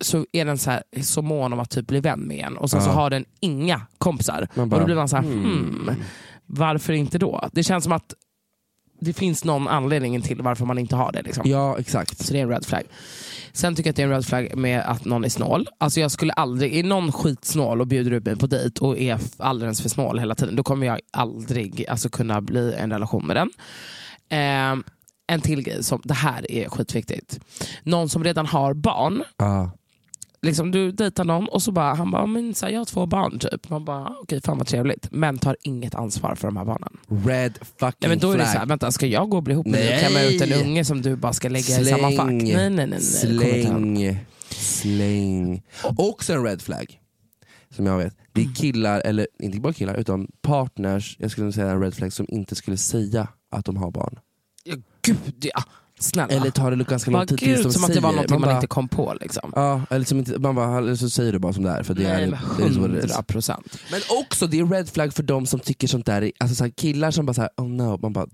Speaker 1: så är den så, här, så mån om att typ bli vän med en och sen så har den inga kompisar.
Speaker 2: bara,
Speaker 1: och då blir man så här, hmm, varför inte då? Det känns som att det finns någon anledning till varför man inte har det. Liksom.
Speaker 2: Ja exakt.
Speaker 1: Så det är en red flag. Sen tycker jag att det är en red flag med att någon är snål. Alltså jag skulle aldrig, är någon skitsnål och bjuder ut mig på dejt och är f- alldeles för snål hela tiden, då kommer jag aldrig alltså, kunna bli i en relation med den. Ehm, en till grej, som, det här är skitviktigt. Någon som redan har barn,
Speaker 2: Ah.
Speaker 1: liksom, du dejtar någon och så bara, han bara, men, så här, jag har två barn typ. Man bara, okej fan vad trevligt. Men tar inget ansvar för de här barnen.
Speaker 2: Red fucking
Speaker 1: Nej, men då är
Speaker 2: flag.
Speaker 1: det så här, vänta ska jag gå och bli ihop med dig och klämma
Speaker 2: Nej.
Speaker 1: ut en unge som du bara ska lägga i samma fack? Nej nej nej. nej. Kom inte hem.
Speaker 2: Släng. Släng. Också en red flag. Som jag vet. Det
Speaker 1: Mm.
Speaker 2: är killar, eller inte bara killar, utan partners, jag skulle nog säga en red flag, som inte skulle säga att de har barn.
Speaker 1: Ja, gud ja. Snälla.
Speaker 2: Eller typ tar det ganska lång
Speaker 1: Vad
Speaker 2: tid tills de
Speaker 1: gud, som att
Speaker 2: säger
Speaker 1: det var något man,
Speaker 2: bara,
Speaker 1: inte kom på. Liksom.
Speaker 2: Ja, eller, som inte, man bara, eller så säger du bara som det är. För det
Speaker 1: nej,
Speaker 2: är,
Speaker 1: men
Speaker 2: det är så det är.
Speaker 1: hundra procent.
Speaker 2: Men också, det är red flag för de som tycker sånt där, är- alltså så här, killar som bara såhär, oh no, man bara,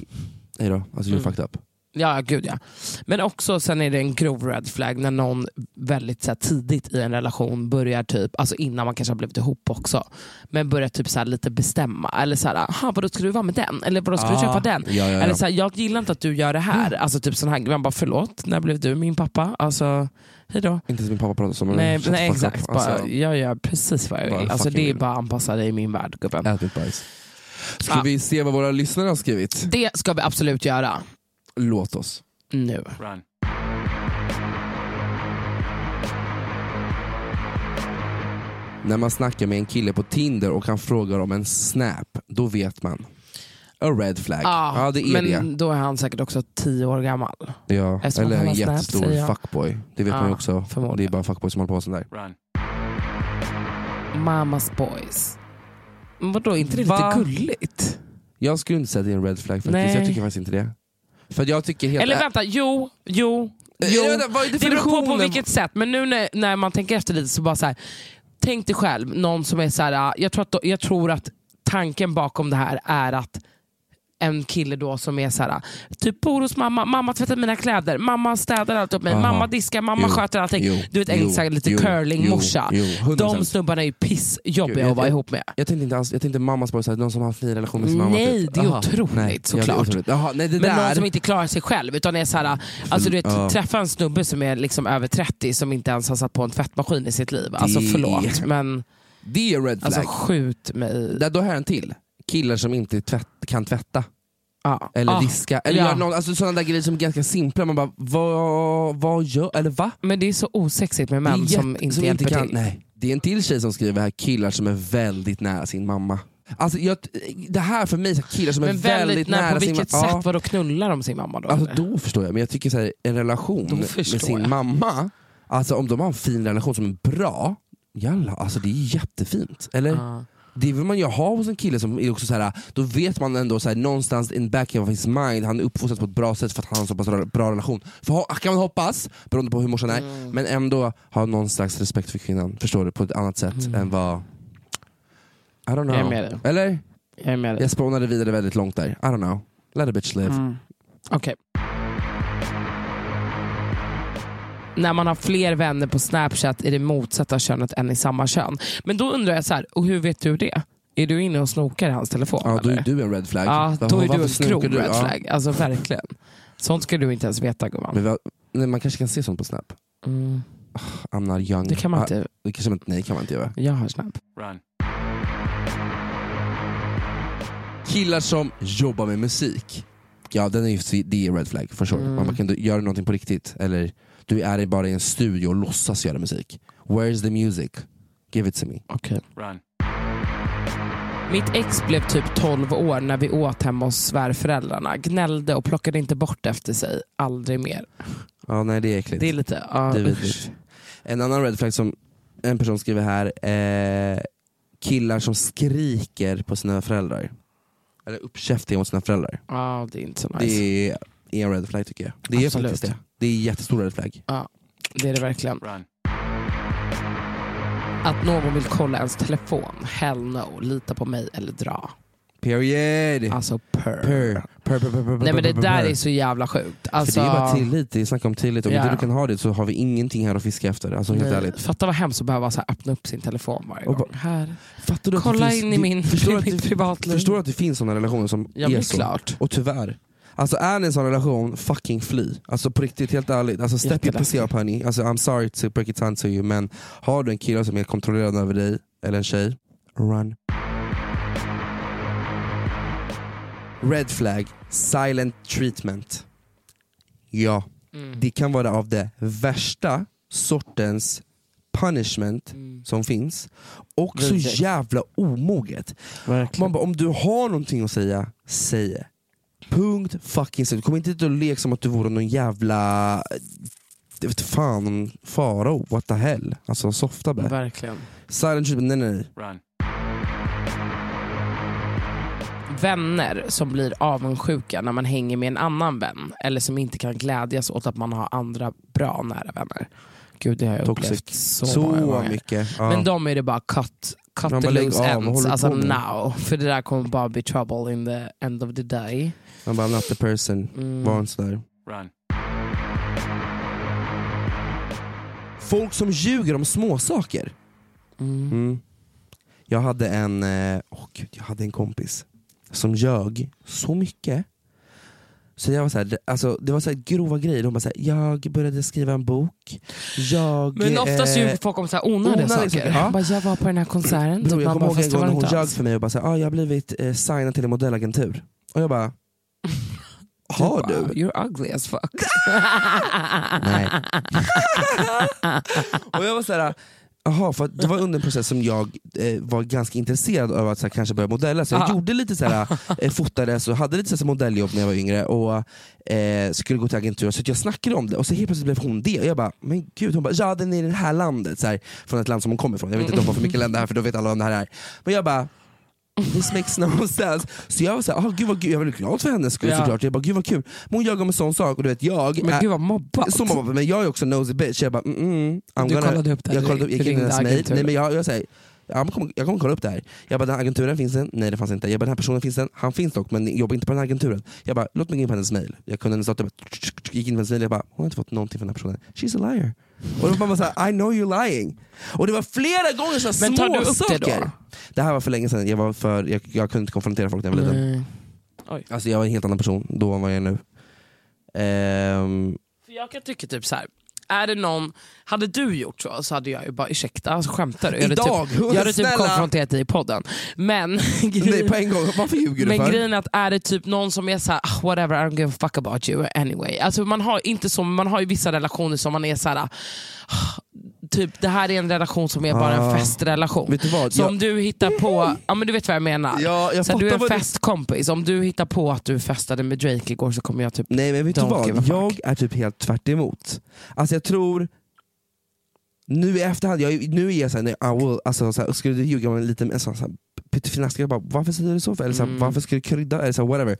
Speaker 2: nej då, alltså
Speaker 1: Mm.
Speaker 2: you fucked up.
Speaker 1: Ja, gud ja. Men också sen är det en grov red flag när någon väldigt så här, tidigt i en relation börjar typ, alltså innan man kanske har blivit ihop också, men börjar typ så här, lite bestämma. Eller så här, aha, vadå ska du vara med den? Eller vadå ska du
Speaker 2: Ah,
Speaker 1: träffa den?
Speaker 2: ja, ja, Mm. ja.
Speaker 1: Eller så här, jag gillar inte att du gör det här. Alltså typ sån här, man bara förlåt, när blev du min pappa? Alltså, hejdå.
Speaker 2: Inte som min pappa pratar som
Speaker 1: Nej,
Speaker 2: shut the
Speaker 1: nej
Speaker 2: fuck up.
Speaker 1: exakt,
Speaker 2: Alltså,
Speaker 1: bara, jag gör precis vad jag
Speaker 2: bara
Speaker 1: vill. Alltså,
Speaker 2: fucking
Speaker 1: det är
Speaker 2: vill.
Speaker 1: bara anpassa dig i min värld gubben.
Speaker 2: Ät mitt bajs. Ska
Speaker 1: Ah.
Speaker 2: vi se vad våra lyssnare har skrivit?
Speaker 1: Det ska vi absolut göra
Speaker 2: Låt oss.
Speaker 1: nu.
Speaker 4: Run.
Speaker 2: När man snackar med en kille på Tinder och han frågar om en snap, då vet man. a red flag. Ja, det är
Speaker 1: Ah, men
Speaker 2: det.
Speaker 1: då är han säkert också tio år gammal.
Speaker 2: Ja.
Speaker 1: Eftersom
Speaker 2: Eller
Speaker 1: han
Speaker 2: en
Speaker 1: har snaps,
Speaker 2: jättestor
Speaker 1: säger jag.
Speaker 2: fuckboy. Det vet man ju
Speaker 1: Ja,
Speaker 2: också.
Speaker 1: förmodligen.
Speaker 2: Det är bara fuckboys som håller på sådär.
Speaker 4: Run.
Speaker 1: Mamas boys. Men vadå, inte det
Speaker 2: Va?
Speaker 1: lite gulligt?
Speaker 2: Jag skulle inte säga att det är en red flag faktiskt.
Speaker 1: Nej.
Speaker 2: Jag tycker faktiskt inte det. För att jag tycker helt...
Speaker 1: Eller vänta, jo, jo,
Speaker 2: Äh,
Speaker 1: jo.
Speaker 2: vänta, vad är
Speaker 1: Det beror på på
Speaker 2: definitionen?
Speaker 1: vilket sätt, men nu när, när man tänker efter lite så bara så här. Tänk dig själv, någon som är så här, ah, jag tror, att, jag tror att tanken bakom det här är att en kille då som är så här, ah, typ bor hos mamma, mamma tvättar mina kläder, mamma städar allt åt mig,
Speaker 2: Aha.
Speaker 1: mamma diskar, mamma
Speaker 2: Jo,
Speaker 1: sköter allting.
Speaker 2: jo,
Speaker 1: du vet en
Speaker 2: jo,
Speaker 1: så här, lite
Speaker 2: jo,
Speaker 1: curlingmorsa.
Speaker 2: jo, jo, 100%.
Speaker 1: De snubbarna är ju
Speaker 2: Jo,
Speaker 1: pissjobbiga
Speaker 2: jag-
Speaker 1: att vara
Speaker 2: jag-
Speaker 1: ihop med.
Speaker 2: Jag tänkte inte alls, jag tänkte mammas boys, såhär, någon som har haft en relation med sin mamma.
Speaker 1: Nej,
Speaker 2: typ.
Speaker 1: det är
Speaker 2: Aha,
Speaker 1: otroligt,
Speaker 2: nej,
Speaker 1: såklart.
Speaker 2: Ja, det är otroligt. Aha, nej, det
Speaker 1: Men
Speaker 2: där.
Speaker 1: någon som inte klarar sig själv. Utan är så här, alltså du vet,
Speaker 2: Ja.
Speaker 1: Träffa en snubbe som är liksom över 30 som inte ens har satt på en tvättmaskin i sitt liv. Alltså
Speaker 2: Det-
Speaker 1: förlåt, men
Speaker 2: Det är red flag.
Speaker 1: alltså, skjut mig.
Speaker 2: där, då har jag en till. Killar som inte tvätt, kan tvätta
Speaker 1: Ja.
Speaker 2: eller
Speaker 1: Ah,
Speaker 2: diska. Eller
Speaker 1: ja.
Speaker 2: gör någon, alltså sådana där grejer som är ganska simpla. Man bara, vad, vad gör... Eller va?
Speaker 1: Men det är så osexigt med
Speaker 2: Det är
Speaker 1: män
Speaker 2: jätte-
Speaker 1: som inte hjälper
Speaker 2: kan-
Speaker 1: till.
Speaker 2: Nej. Det är en till tjej som skriver här, killar som är väldigt nära sin mamma. Alltså, jag, det här för mig, är så här, killar som
Speaker 1: Men
Speaker 2: är väldigt, nära,
Speaker 1: på
Speaker 2: sin
Speaker 1: vilket
Speaker 2: mamma.
Speaker 1: sätt? Vadå knullar de sin mamma då?
Speaker 2: Alltså
Speaker 1: eller?
Speaker 2: då förstår jag, men jag tycker så här, en relation
Speaker 1: Då
Speaker 2: med
Speaker 1: förstår
Speaker 2: sin
Speaker 1: jag.
Speaker 2: mamma, alltså om de har en fin relation som är bra, jalla, alltså det är jättefint. Eller?
Speaker 1: Ja.
Speaker 2: Det vill man ju ha hos en kille som är också så här, då vet man ändå så här, någonstans in back of his mind, han är uppfostrad på ett bra sätt för att han har en så pass ra- bra relation. För, ho- kan man hoppas, beroende på hur morsan är,
Speaker 1: Mm.
Speaker 2: men ändå ha någon slags respekt för kvinnan, förstår du? På ett annat sätt än vad... I don't
Speaker 1: Mm.
Speaker 2: know.
Speaker 1: Jag är med dig.
Speaker 2: Eller?
Speaker 1: Jag är med dig.
Speaker 2: Jag spånade vidare väldigt långt där. I don't know. Let a bitch live.
Speaker 1: Mm. Okej. När man har fler vänner på Snapchat i det motsatta könet än i samma kön. Men då undrar jag så här, och hur vet du det? Är du inne och snokar i hans telefon?
Speaker 2: Ja, då
Speaker 1: eller?
Speaker 2: är du en red flag.
Speaker 1: Ja,
Speaker 2: Varför-
Speaker 1: då är du
Speaker 2: varför
Speaker 1: en
Speaker 2: snokar
Speaker 1: grov
Speaker 2: du?
Speaker 1: red
Speaker 2: Ja.
Speaker 1: flag. Alltså verkligen. Sånt ska du inte ens veta gumman.
Speaker 2: Men vad- nej, man kanske kan se sånt på Snap.
Speaker 1: Mm,
Speaker 2: I'm not young.
Speaker 1: det kan man
Speaker 2: Ah,
Speaker 1: inte.
Speaker 2: det kanske man inte. Nej, kan man inte göra.
Speaker 1: Jag har Snap.
Speaker 4: Run.
Speaker 2: Killar som jobbar med musik. Ja, den är ju, det är red flag for sure.
Speaker 1: Mm.
Speaker 2: Man bara, kan du göra någonting på riktigt? Eller du är bara i en studio och låtsas göra musik. Where's the music? Give it to me.
Speaker 1: Okej.
Speaker 4: Run.
Speaker 1: Mitt ex blev typ 12 år när vi åt hemma hos svärföräldrarna. Gnällde och plockade inte bort efter sig. Aldrig mer.
Speaker 2: Ja, nej det är äckligt.
Speaker 1: Det är lite... ja,
Speaker 2: Det är
Speaker 1: usch.
Speaker 2: vidrigt. En annan red flag som en person skriver här, eh, killar som skriker på sina föräldrar. Eller uppkäftiga mot sina föräldrar.
Speaker 1: Ja, det är inte så nice.
Speaker 2: Det är en red flag tycker jag. Det är
Speaker 1: Absolut.
Speaker 2: faktiskt det. Det är jättestor red flag.
Speaker 1: Det är det verkligen.
Speaker 4: Run.
Speaker 1: Att någon vill kolla ens telefon. Hell no. Lita på mig eller dra.
Speaker 2: Period!
Speaker 1: Alltså purr.
Speaker 2: Per. Per, per, per, per, per,
Speaker 1: Nej men det
Speaker 2: per, per,
Speaker 1: där
Speaker 2: per.
Speaker 1: är så jävla sjukt.
Speaker 2: För
Speaker 1: Alltså,
Speaker 2: det är bara tillit, det är snack om tillit. Om
Speaker 1: Ja.
Speaker 2: inte du kan ha det så har vi ingenting här att fiska efter. Alltså helt
Speaker 1: nej.
Speaker 2: ärligt.
Speaker 1: Fatta vad hemskt att behöva så här, öppna upp sin telefon varje
Speaker 2: Och
Speaker 1: gång. Här.
Speaker 2: Fattar du att det
Speaker 1: Kolla
Speaker 2: finns-
Speaker 1: in i
Speaker 2: det-
Speaker 1: min,
Speaker 2: förstår du att
Speaker 1: mitt
Speaker 2: det-
Speaker 1: privatliv.
Speaker 2: Förstår du att det finns sådana relationer som
Speaker 1: Ja,
Speaker 2: är
Speaker 1: men
Speaker 2: så?
Speaker 1: klart.
Speaker 2: Och tyvärr. Alltså är ni i en sån relation, fucking fly. Alltså på riktigt, helt ärligt. Alltså step your pussy
Speaker 1: Jätteläskigt.
Speaker 2: up honey. Alltså I'm sorry to break it down to you men har du en kille som är kontrollerad över dig, eller en tjej, run. Red flag, silent treatment. Ja,
Speaker 1: Mm.
Speaker 2: det kan vara av det värsta sortens punishment som finns. Och så
Speaker 1: Mm. Vidrigt.
Speaker 2: jävla omoget. Man bara, om du har någonting att säga, säg det. Punkt fucking slut. Kom inte hit och lek som att du vore någon jävla... Jag vet fan, någon farao. What the hell? Alltså softa bara.
Speaker 1: Verkligen.
Speaker 2: Silent treatment, nej nej nej.
Speaker 4: Run.
Speaker 1: Vänner som blir avundsjuka när man hänger med en annan vän. Eller som inte kan glädjas åt att man har andra bra nära vänner. Gud det har jag
Speaker 2: Toxic.
Speaker 1: upplevt så,
Speaker 2: Så,
Speaker 1: många gånger.
Speaker 2: mycket. Ja.
Speaker 1: Men de är det bara cut, cut
Speaker 2: Man
Speaker 1: the
Speaker 2: bara, lägg
Speaker 1: loose
Speaker 2: av, vad
Speaker 1: ends.
Speaker 2: håller du
Speaker 1: Alltså
Speaker 2: på med?
Speaker 1: now. För det där kommer bara bli trouble in the end of the day.
Speaker 2: Man bara, I'm not the person.
Speaker 1: Mm.
Speaker 2: Var inte sådär.
Speaker 4: Run.
Speaker 2: Folk som ljuger om småsaker.
Speaker 1: Mm.
Speaker 2: Mm. Jag hade en eh, åh Gud, jag hade en kompis som ljög så mycket. Så jag var så här, det- alltså, det var så här grova grejer. De bara så här, jag började skriva en bok. Jag,
Speaker 1: Men oftast
Speaker 2: eh,
Speaker 1: ljuger folk om så här onödiga
Speaker 2: onödiga
Speaker 1: saker.
Speaker 2: saker, ja.
Speaker 1: Bara, jag var på den här konserten. Typ,
Speaker 2: Bror, jag
Speaker 1: man bara,
Speaker 2: kommer ihåg en
Speaker 1: fast det
Speaker 2: gång
Speaker 1: var
Speaker 2: när
Speaker 1: det
Speaker 2: hon
Speaker 1: inte
Speaker 2: ljög
Speaker 1: alls.
Speaker 2: för mig och bara så här, ah, jag har blivit eh, signad till en modellagentur. Och jag bara, har
Speaker 1: bara,
Speaker 2: du?
Speaker 1: You're ugly as fuck.
Speaker 2: Nej. och jag var så här, Jaha, för att det var under en process som jag eh, var ganska intresserad av att så här, kanske börja modella. Så jag
Speaker 1: Ah.
Speaker 2: gjorde lite så här, eh, fotades och hade lite så här, modelljobb när jag var yngre och eh, skulle gå till agentur. Så att jag snackade om det och så helt plötsligt blev hon det. Och jag bara, men gud, hon bara, ja den är i det här landet. Så här, från ett land som hon kommer ifrån. Jag vet inte om det var för mycket länder här för då vet alla om det här är. Men jag bara, This makes no sense. Så jag var såhär, ah, gud vad, gud, jag var väldigt glad för hennes skull
Speaker 1: Ja.
Speaker 2: såklart. Jag bara, gud vad kul. Men hon ljög om en sån sak och du vet jag,
Speaker 1: Men
Speaker 2: är-
Speaker 1: gud vad mobbat.
Speaker 2: så mobbar, men jag är också nosy bitch. Jag bara, mm, mm, I'm
Speaker 1: Du
Speaker 2: gonna,
Speaker 1: kollade upp det här,
Speaker 2: Jag, kollade upp, jag gick in i
Speaker 1: ringde
Speaker 2: hennes mail.
Speaker 1: agenturen.
Speaker 2: Nej, men jag, jag, säger, jag, kommer, jag kommer kolla upp det här. Jag bara, den här agenturen finns den? Nej det fanns inte. Jag bara, den här personen finns den? Han finns dock, men jobbar inte på den här agenturen. Jag bara, låt mig gå in på hennes mail. Jag kunde hennes dator, bara, gick in på hennes mail och jag bara, hon har inte fått någonting från den här personen. She's a liar. Och då var man såhär, I know you're lying. Och det var flera gånger så här
Speaker 1: Men tar du upp
Speaker 2: småsaker.
Speaker 1: det då?
Speaker 2: Det här var för länge sedan, jag, var för, jag, jag kunde inte konfrontera folk när jag var liten.
Speaker 1: Nej.
Speaker 2: Alltså jag var en helt annan person då än vad jag är nu. Ehm,
Speaker 1: För jag kan tycka typ så här. Är det någon, hade du gjort så så hade jag ju bara ursäkta, alltså, skämtar du? Jag hade
Speaker 2: Idag?
Speaker 1: typ, jag hade typ
Speaker 2: Snälla.
Speaker 1: konfronterat dig i podden. Men,
Speaker 2: nej på en gång, varför ljuger du
Speaker 1: men
Speaker 2: för?
Speaker 1: grejen är att är det typ någon som är så här, "Ah, whatever I don't give a fuck about you anyway. Alltså man har inte så, men man har ju vissa relationer som man är så här. "Ah, typ det här är en relation som är bara
Speaker 2: Ah.
Speaker 1: en festrelation.
Speaker 2: Vet du vad?
Speaker 1: Som
Speaker 2: Jag-
Speaker 1: du hittar på, ja men du vet vad jag menar.
Speaker 2: Ja, jag
Speaker 1: så här, du är
Speaker 2: fattar
Speaker 1: en
Speaker 2: vad du-
Speaker 1: festkompis, om du hittar på att du festade med Drake igår så kommer jag typ
Speaker 2: Nej men vet du
Speaker 1: Don't give a
Speaker 2: vad,
Speaker 1: fuck.
Speaker 2: jag är typ helt tvärt emot. Alltså jag tror, nu i efterhand, jag, nu är jag såhär, nej, I will, alltså, så här, skulle du ljuga om en liten en sån, så här, pyttifinaska, jag bara, varför säger du så för? Eller så här,
Speaker 1: Mm.
Speaker 2: varför skulle du krydda? Eller så här, whatever.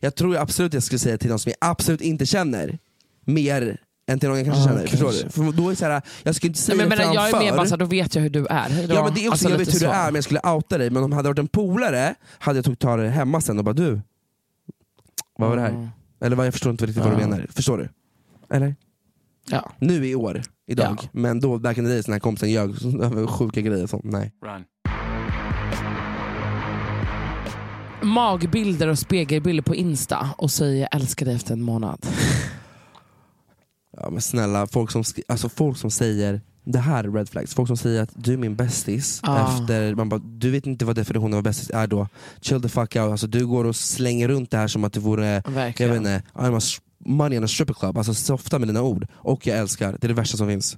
Speaker 2: Jag tror ju absolut jag skulle säga till någon som jag absolut inte känner, mer än till någon jag kanske
Speaker 1: Ja,
Speaker 2: känner. Förstår
Speaker 1: Ah, kanske.
Speaker 2: du? För då är det så här, jag skulle inte säga
Speaker 1: Nej, men,
Speaker 2: det
Speaker 1: men jag är
Speaker 2: framför.
Speaker 1: mer bara såhär, då vet jag hur du är. Hej då.
Speaker 2: Ja men det är också,
Speaker 1: Alltså,
Speaker 2: jag
Speaker 1: lite
Speaker 2: vet hur
Speaker 1: så.
Speaker 2: du är men jag skulle outa dig. Men om det hade varit en polare hade jag typ tagit ta det hemma sen och bara du, vad var det här?
Speaker 1: Mm.
Speaker 2: Eller vad, jag förstår inte riktigt vad du
Speaker 1: Ja.
Speaker 2: menar. Förstår du? Eller?
Speaker 1: Ja.
Speaker 2: Nu i år, idag.
Speaker 1: Ja.
Speaker 2: Men då, back in the days när kompisen ljög över sjuka grejer och sånt. Nej.
Speaker 5: Run.
Speaker 1: Magbilder och spegelbilder på Insta och säger jag älskar dig efter en månad.
Speaker 2: Ja, men snälla, folk som, skri- alltså, folk som säger det här är red flags. Folk som säger att du är min bästis.
Speaker 1: Ah.
Speaker 2: Efter, man bara, du vet inte vad definitionen av bästis är då. Chill the fuck out. Alltså, du går och slänger runt det här som att det vore Jag
Speaker 1: Verkligen.
Speaker 2: vet inte, I'm a s- money and a stripper club, alltså softa med dina ord. Och jag älskar, det är det värsta som finns.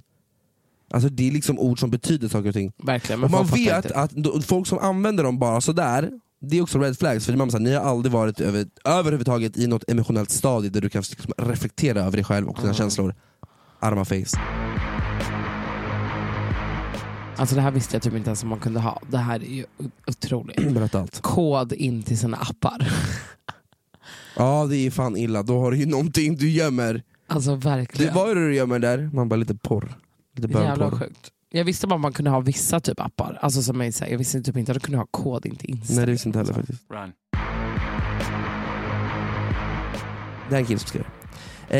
Speaker 2: Alltså det är liksom ord som betyder saker och ting.
Speaker 1: Verkligen.
Speaker 2: och man
Speaker 1: folk fattar
Speaker 2: vet
Speaker 1: inte.
Speaker 2: att då- folk som använder dem bara sådär, det är också red flags. För man säger, ni har aldrig varit över, överhuvudtaget i något emotionellt stadie där du kan liksom reflektera över dig själv och dina känslor. Arma face.
Speaker 1: Alltså det här visste jag typ inte ens att man kunde ha. Det här är ju otroligt.
Speaker 2: Berätta allt.
Speaker 1: Kod in till sina appar.
Speaker 2: Ja det är fan illa, då har du ju någonting du gömmer.
Speaker 1: Alltså
Speaker 2: Du,
Speaker 1: verkligen.
Speaker 2: vad är det du gömmer där? Man bara lite porr. Lite
Speaker 1: Jävla
Speaker 2: bönporr.
Speaker 1: sjukt. Jag visste bara att man kunde ha vissa typ appar. Alltså som jag, säger, jag visste typ inte att du kunde ha kod in till Insta.
Speaker 2: Nej det visste inte heller
Speaker 1: alltså.
Speaker 2: faktiskt.
Speaker 5: Run.
Speaker 2: Det här är en kille som skriver.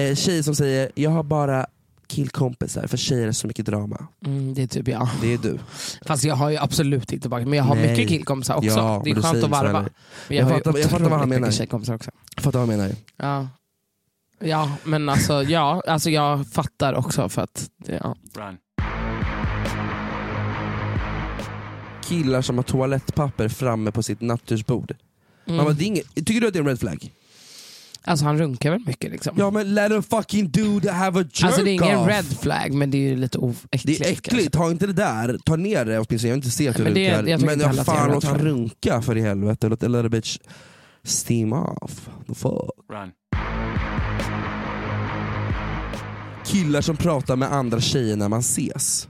Speaker 2: Eh, tjej som säger, jag har bara killkompisar för tjejer är så mycket drama.
Speaker 1: Mm, det är typ jag.
Speaker 2: Det är du.
Speaker 1: Fast jag har ju absolut inte bara, men jag har
Speaker 2: Nej.
Speaker 1: mycket killkompisar också.
Speaker 2: Ja,
Speaker 1: det
Speaker 2: men
Speaker 1: är
Speaker 2: du
Speaker 1: skönt
Speaker 2: säger
Speaker 1: att
Speaker 2: inte så
Speaker 1: varva.
Speaker 2: heller.
Speaker 1: Men
Speaker 2: Jag
Speaker 1: har ju
Speaker 2: fattar- jag fattar vad han
Speaker 1: otroligt mycket
Speaker 2: menar.
Speaker 1: Tjejkompisar också.
Speaker 2: Fattar vad jag menar?
Speaker 1: Ja. Ja, men alltså, ja, alltså jag fattar också för att... Ja.
Speaker 5: Run.
Speaker 2: Killar som har toalettpapper framme på sitt nattduksbord.
Speaker 1: Mm.
Speaker 2: Man bara, det är inget- Tycker du att det är en red flag?
Speaker 1: Alltså han runkar väl mycket liksom.
Speaker 2: Ja men let a fucking dude have a jerk
Speaker 1: alltså det är ingen
Speaker 2: off.
Speaker 1: red flag men det är ju lite oäckligt.
Speaker 2: Det är
Speaker 1: kanske.
Speaker 2: äckligt, ha inte det där. Ta ner det åtminstone, jag vill inte se att du
Speaker 1: Men det-
Speaker 2: runkar.
Speaker 1: jag tycker
Speaker 2: men
Speaker 1: inte heller
Speaker 2: vad
Speaker 1: att det är en
Speaker 2: fan,
Speaker 1: red
Speaker 2: låt han
Speaker 1: flag.
Speaker 2: runka för i helvete. Låt eller bitch steam off. The fuck.
Speaker 5: Run.
Speaker 2: Killar som pratar med andra tjejer när man ses.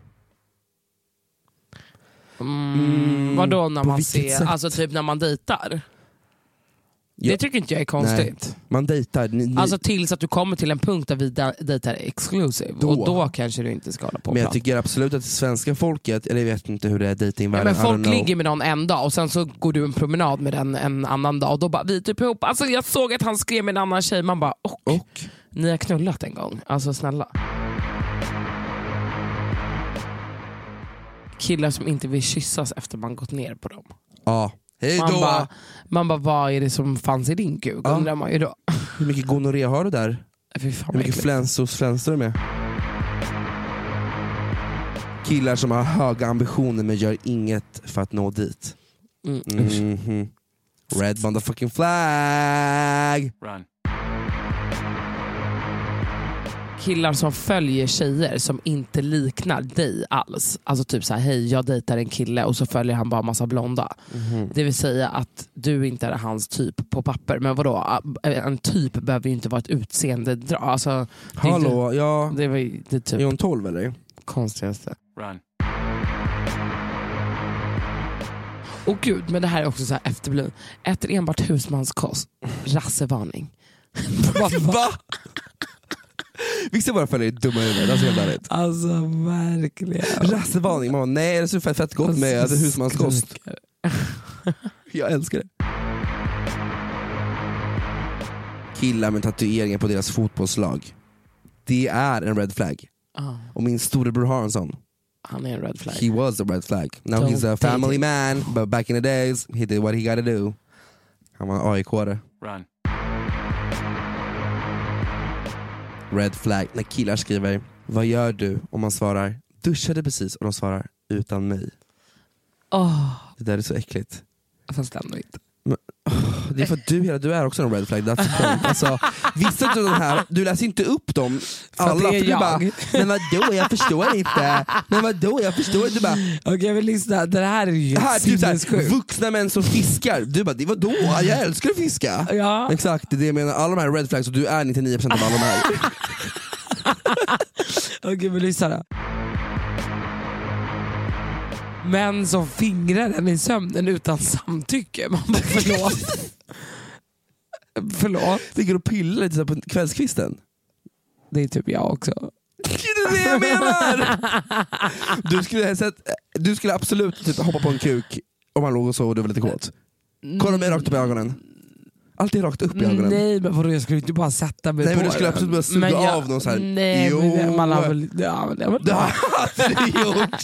Speaker 1: Mm, vadå när
Speaker 2: på
Speaker 1: man
Speaker 2: vilket
Speaker 1: ser,
Speaker 2: sätt?
Speaker 1: alltså typ när man dejtar?
Speaker 2: Ja.
Speaker 1: Det tycker inte jag är konstigt.
Speaker 2: Man dejtar, ni, ni,
Speaker 1: Alltså tills att du kommer till en punkt där vi de- dejtar exclusive
Speaker 2: Då.
Speaker 1: och då kanske du inte ska hålla på och
Speaker 2: Men jag
Speaker 1: prata.
Speaker 2: tycker absolut att svenska folket, eller jag vet inte hur det är i
Speaker 1: Ja,
Speaker 2: dejtingvärlden,
Speaker 1: men
Speaker 2: I don't
Speaker 1: folk
Speaker 2: know.
Speaker 1: ligger med någon en dag och sen så går du en promenad med den en annan dag och då bara vi är typ ihop. Alltså jag såg att han skrev med en annan tjej, man bara och,
Speaker 2: Och?
Speaker 1: ni har knullat en gång. Alltså snälla. Killar som inte vill kyssas efter man gått ner på dem.
Speaker 2: Ja. Hej
Speaker 1: Man
Speaker 2: då!
Speaker 1: bara, man bara, vad är det som fanns i din kuk?
Speaker 2: Ja.
Speaker 1: Undrar man ju då.
Speaker 2: Hur mycket gonorré har du där?
Speaker 1: Fy fan,
Speaker 2: Hur
Speaker 1: vad
Speaker 2: mycket
Speaker 1: äckligt.
Speaker 2: flänsos flänsar du med? Killar som har höga ambitioner men gör inget för att nå dit.
Speaker 1: Mm.
Speaker 2: Mhm. Red motherfucking flag!
Speaker 5: Run.
Speaker 1: killar som följer tjejer som inte liknar dig alls. Alltså typ så här, hej jag dejtar en kille och så följer han bara massa blonda.
Speaker 2: Mhm.
Speaker 1: Det vill säga att du inte är hans typ på papper. Men vadå, en typ behöver ju inte vara ett utseende. Alltså, det är inte-
Speaker 2: Hallå, ja.
Speaker 1: Det var ju det typ
Speaker 2: Är hon 12 eller?
Speaker 1: konstigaste.
Speaker 4: Run.
Speaker 1: Och gud, men det här är också så här efterbliven. Äter enbart husmanskost. Rassevarning. Vad- vad-
Speaker 2: Va? Vissa av våra följare är dumma i huvudet, alltså helt ärligt.
Speaker 1: alltså verkligen.
Speaker 2: Rassevarning, mamma nej det är så fett, fett gott med alltså, husmanskost. Jag älskar det. Killar med tatueringar på deras fotbollslag. Det är en red flag.
Speaker 1: Ah,
Speaker 2: Och min storebror har en sån.
Speaker 1: han är en red flag.
Speaker 2: He was a red flag. Now
Speaker 1: Don't
Speaker 2: he's a
Speaker 1: date
Speaker 2: family
Speaker 1: it.
Speaker 2: man, but back in the days he did what he gotta do. Han var AIK-are.
Speaker 4: Run.
Speaker 2: Red flag. När killar skriver Vad gör du? Och man svarar Duschade precis och de svarar Utan mig.
Speaker 1: Åh,
Speaker 2: Det där är så äckligt.
Speaker 1: fast Ah, ändå inte.
Speaker 2: Det är för att du, hela, du är också en red flag. That's the point. Alltså, vissa av de här, du läser inte upp dem
Speaker 1: att
Speaker 2: alla.
Speaker 1: det är
Speaker 2: för du
Speaker 1: jag.
Speaker 2: bara, men vadå jag förstår inte. Men vadå jag förstår inte. Du bara,
Speaker 1: Okej men lyssna, det här är ju
Speaker 2: här, typ såhär,
Speaker 1: sinnessjukt.
Speaker 2: vuxna män som fiskar. Du bara, det vadå? Jag älskar att fiska.
Speaker 1: Ja.
Speaker 2: Exakt, det är det jag menar. Alla de här red flags och du är 99% av alla de här.
Speaker 1: Okej men lyssna då. Män som fingrar en i sömnen utan samtycke. Man bara förlåt. förlåt.
Speaker 2: Ligger och pillar lite så här på kvällskvisten.
Speaker 1: Det är typ jag också.
Speaker 2: Det är det jag menar! Du skulle, ha sett, du skulle absolut typ hoppa på en kuk om han låg och sov och du var lite kåt. Kolla mig rakt upp i ögonen. Alltid rakt upp i ögonen.
Speaker 1: Mm, Nej men vadå jag skulle inte bara sätta mig
Speaker 2: Nej,
Speaker 1: på
Speaker 2: men du skulle
Speaker 1: den.
Speaker 2: absolut bara suga
Speaker 1: Men jag-
Speaker 2: av någon så här.
Speaker 1: Nej men det-
Speaker 2: Jo.
Speaker 1: man har väl... Ja men, ja, men,
Speaker 2: Det har jag aldrig gjort.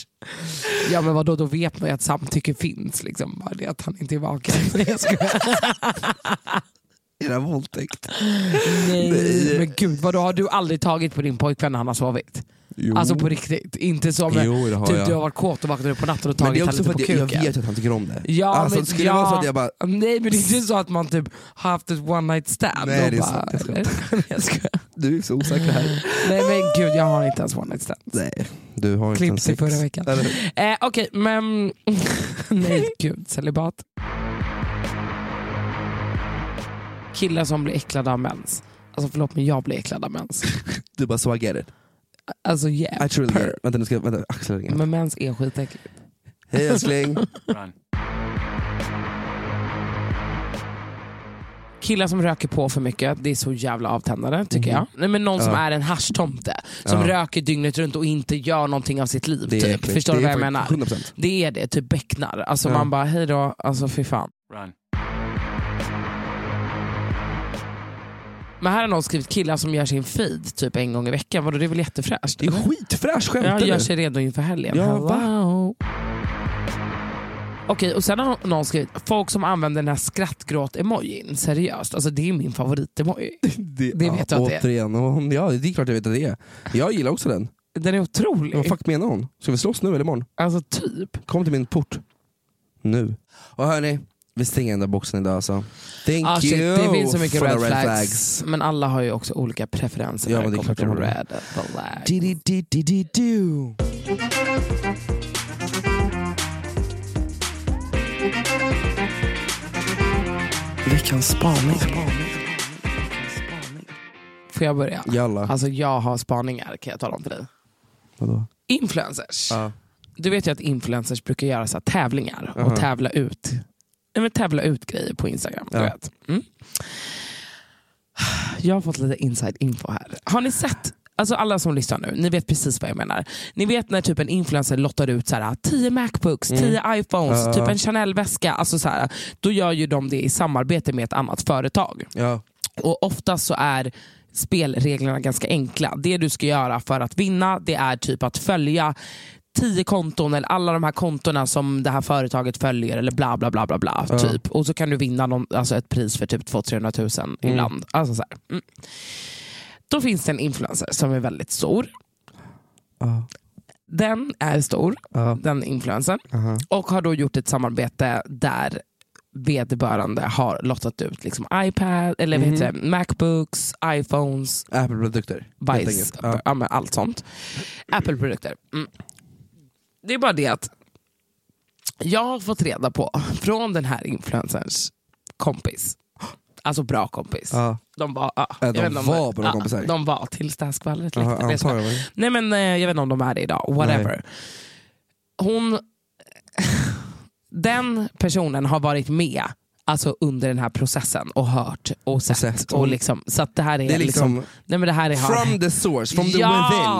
Speaker 1: ja, men vadå då vet man ju att samtycke finns. Liksom. Bara det att han inte är vaken. Nej, jag skojar.
Speaker 2: Era våldtäkt.
Speaker 1: Nej. Men gud vadå har du aldrig tagit på din pojkvän när han har sovit?
Speaker 2: Jo.
Speaker 1: Alltså på riktigt. Inte som
Speaker 2: Jo, det har
Speaker 1: typ,
Speaker 2: jag.
Speaker 1: du har varit kåt och vaknat upp på natten och
Speaker 2: Men det
Speaker 1: tagit
Speaker 2: är
Speaker 1: han
Speaker 2: också för
Speaker 1: lite på
Speaker 2: att jag, jag
Speaker 1: kuken.
Speaker 2: vet att han tycker om det.
Speaker 1: Ja,
Speaker 2: alltså,
Speaker 1: men,
Speaker 2: skulle
Speaker 1: ja,
Speaker 2: det vara så att jag bara,
Speaker 1: Nej men det är inte så att man typ har haft ett one night stand.
Speaker 2: Nej,
Speaker 1: och
Speaker 2: det är
Speaker 1: bara,
Speaker 2: sant, det är sant.
Speaker 1: eller? Jag skojar.
Speaker 2: du är så osäker här.
Speaker 1: Nej men gud jag har inte ens one night stand.
Speaker 2: Nej, du har inte
Speaker 1: Klipp
Speaker 2: ens
Speaker 1: till
Speaker 2: sex.
Speaker 1: förra veckan.
Speaker 2: Eller-
Speaker 1: Eh, Okej, men... Nej, gud. Celibat. Killar som blir äcklade av mens. Alltså förlåt, men jag blir äcklad av mens.
Speaker 2: Du bara, so I get it.
Speaker 1: Alltså yeah.
Speaker 2: I truly get it. Vänta, nu ska, jag- vänta Axel ringer.
Speaker 1: Men mens är skitäckligt.
Speaker 2: Hej älskling.
Speaker 4: Run.
Speaker 1: Killar som röker på för mycket, det är så jävla avtändande tycker jag. Nej, men någon som
Speaker 2: Mhm. Ja.
Speaker 1: är en haschtomte, som
Speaker 2: Ja.
Speaker 1: röker dygnet runt och inte gör någonting av sitt liv.
Speaker 2: Det är
Speaker 1: Typ.
Speaker 2: äckligt.
Speaker 1: Förstår du
Speaker 2: Det
Speaker 1: vad
Speaker 2: är
Speaker 1: jag menar?
Speaker 2: faktiskt 100%.
Speaker 1: Det är det, typ becknar. Alltså
Speaker 2: Ja.
Speaker 1: man bara, hej då, alltså fy fan.
Speaker 4: Run.
Speaker 1: Men här har någon skrivit killar som gör sin feed typ en gång i veckan. Vadå, det är väl jättefräscht?
Speaker 2: Det är skitfräsch, skämtar
Speaker 1: Jag gör
Speaker 2: du?
Speaker 1: sig redo inför helgen.
Speaker 2: Ja,
Speaker 1: Hello.
Speaker 2: va?
Speaker 1: Okej, och sen har någon skrivit folk som använder den här skrattgråt-emojin. Seriöst, alltså det är min favorit-emoji.
Speaker 2: Det,
Speaker 1: Det vet jag att det är.
Speaker 2: återigen, och hon, ja, det är klart jag vet att det är. Jag gillar också den.
Speaker 1: Den är otrolig.
Speaker 2: Vad fuck menar hon? Ska vi slåss nu eller imorgon?
Speaker 1: Alltså typ.
Speaker 2: Kom till min port. Nu. Och hörni, vi stänger den där boxen idag alltså. Thank
Speaker 1: Ah, shit,
Speaker 2: you
Speaker 1: det finns så mycket
Speaker 2: for
Speaker 1: red,
Speaker 2: the
Speaker 1: flags. Men alla har ju också olika preferenser
Speaker 2: Ja,
Speaker 1: när
Speaker 2: men
Speaker 1: det
Speaker 2: det
Speaker 1: kommer
Speaker 2: är
Speaker 1: till
Speaker 2: klart de har
Speaker 1: red flags.
Speaker 2: Di-di-di-di-di-do. Veckans spaning.
Speaker 1: Får jag börja?
Speaker 2: Jalla.
Speaker 1: Alltså jag har spaningar kan jag tala om för dig.
Speaker 2: Vadå?
Speaker 1: Influencers.
Speaker 2: Ja.
Speaker 1: Du vet ju att influencers brukar göra så här tävlingar och
Speaker 2: Aha.
Speaker 1: tävla ut Nej, men tävla ut grejer på Instagram. Du
Speaker 2: Ja.
Speaker 1: vet. Mm. Jag har fått lite inside info här. Har ni sett, alltså alla som lyssnar nu, ni vet precis vad jag menar. Ni vet när typ en influencer lottar ut så här, 10 Macbooks, 10 iPhones,
Speaker 2: Mm. Ja.
Speaker 1: typ en Chanel-väska. Alltså så här, då gör ju de det i samarbete med ett annat företag.
Speaker 2: Ja.
Speaker 1: Och oftast så är spelreglerna ganska enkla. Det du ska göra för att vinna det är typ att följa tio konton eller alla de här kontona som det här företaget följer eller bla bla bla bla bla. Typ. Och så kan du vinna någon, alltså ett pris för typ 200 000 ibland. Alltså så här. Mm. Då finns det en influencer som är väldigt stor.
Speaker 2: Ja.
Speaker 1: Den är stor,
Speaker 2: Ja.
Speaker 1: den influencern.
Speaker 2: Aha.
Speaker 1: Och har då gjort ett samarbete där vederbörande har lottat ut liksom iPad, eller vad
Speaker 2: Mhm.
Speaker 1: heter det, Macbooks, iPhones,
Speaker 2: Apple-produkter. helt
Speaker 1: Vice,
Speaker 2: enkelt.
Speaker 1: ja. men allt sånt. Apple-produkter. Mm. Det är bara det att jag har fått reda på från den här influencerns kompis, alltså bra kompis.
Speaker 2: Ja.
Speaker 1: De var, ja,
Speaker 2: de
Speaker 1: jag vet inte om-
Speaker 2: var bra
Speaker 1: ja,
Speaker 2: kompisar.
Speaker 1: De var tills det här skvallret
Speaker 2: Jaha,
Speaker 1: läckte. Nej, jag skojar.
Speaker 2: antar jag.
Speaker 1: Nej men eh, jag vet inte om de är det idag, whatever. Hon, den personen har varit med alltså under den här processen och hört och sett.
Speaker 2: sett.
Speaker 1: Och liksom, så att det här är,
Speaker 2: Det är liksom-
Speaker 1: nej men det här är
Speaker 2: From the source, from the within.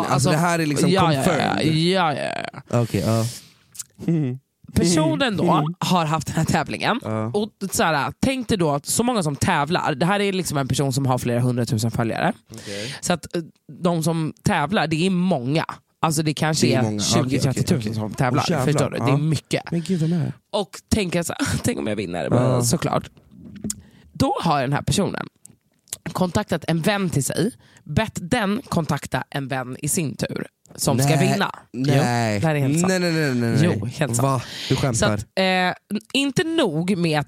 Speaker 2: Alltså, det här är liksom
Speaker 1: ja,
Speaker 2: confirmed.
Speaker 1: Ja, ja, ja, ja, ja.
Speaker 2: Okej, ja.
Speaker 1: Personen då har haft den här tävlingen. Och så här, tänk dig då att så många som tävlar, det här är liksom en person som har flera hundratusen följare. Så att eh, de som tävlar, det är många. Alltså det kanske
Speaker 2: Det är
Speaker 1: är,
Speaker 2: många.
Speaker 1: 20-30
Speaker 2: Okej, okej,
Speaker 1: tusen
Speaker 2: okej.
Speaker 1: som tävlar.
Speaker 2: Åh, jävlar.
Speaker 1: förstår du? Det
Speaker 2: Ja.
Speaker 1: är mycket.
Speaker 2: Men gud, vem är det?
Speaker 1: Och tänka så här, tänk om jag vinner, men såklart. Då har den här personen kontaktat en vän till sig, bett den kontakta en vän i sin tur som ska
Speaker 2: Nej,
Speaker 1: vinna.
Speaker 2: Nej.
Speaker 1: Jo, det här är helt sant.
Speaker 2: nej, nej, nej, nej, nej.
Speaker 1: Jo, helt sant.
Speaker 2: Va? Du
Speaker 1: Så
Speaker 2: skämtar?
Speaker 1: att, eh, inte nog med att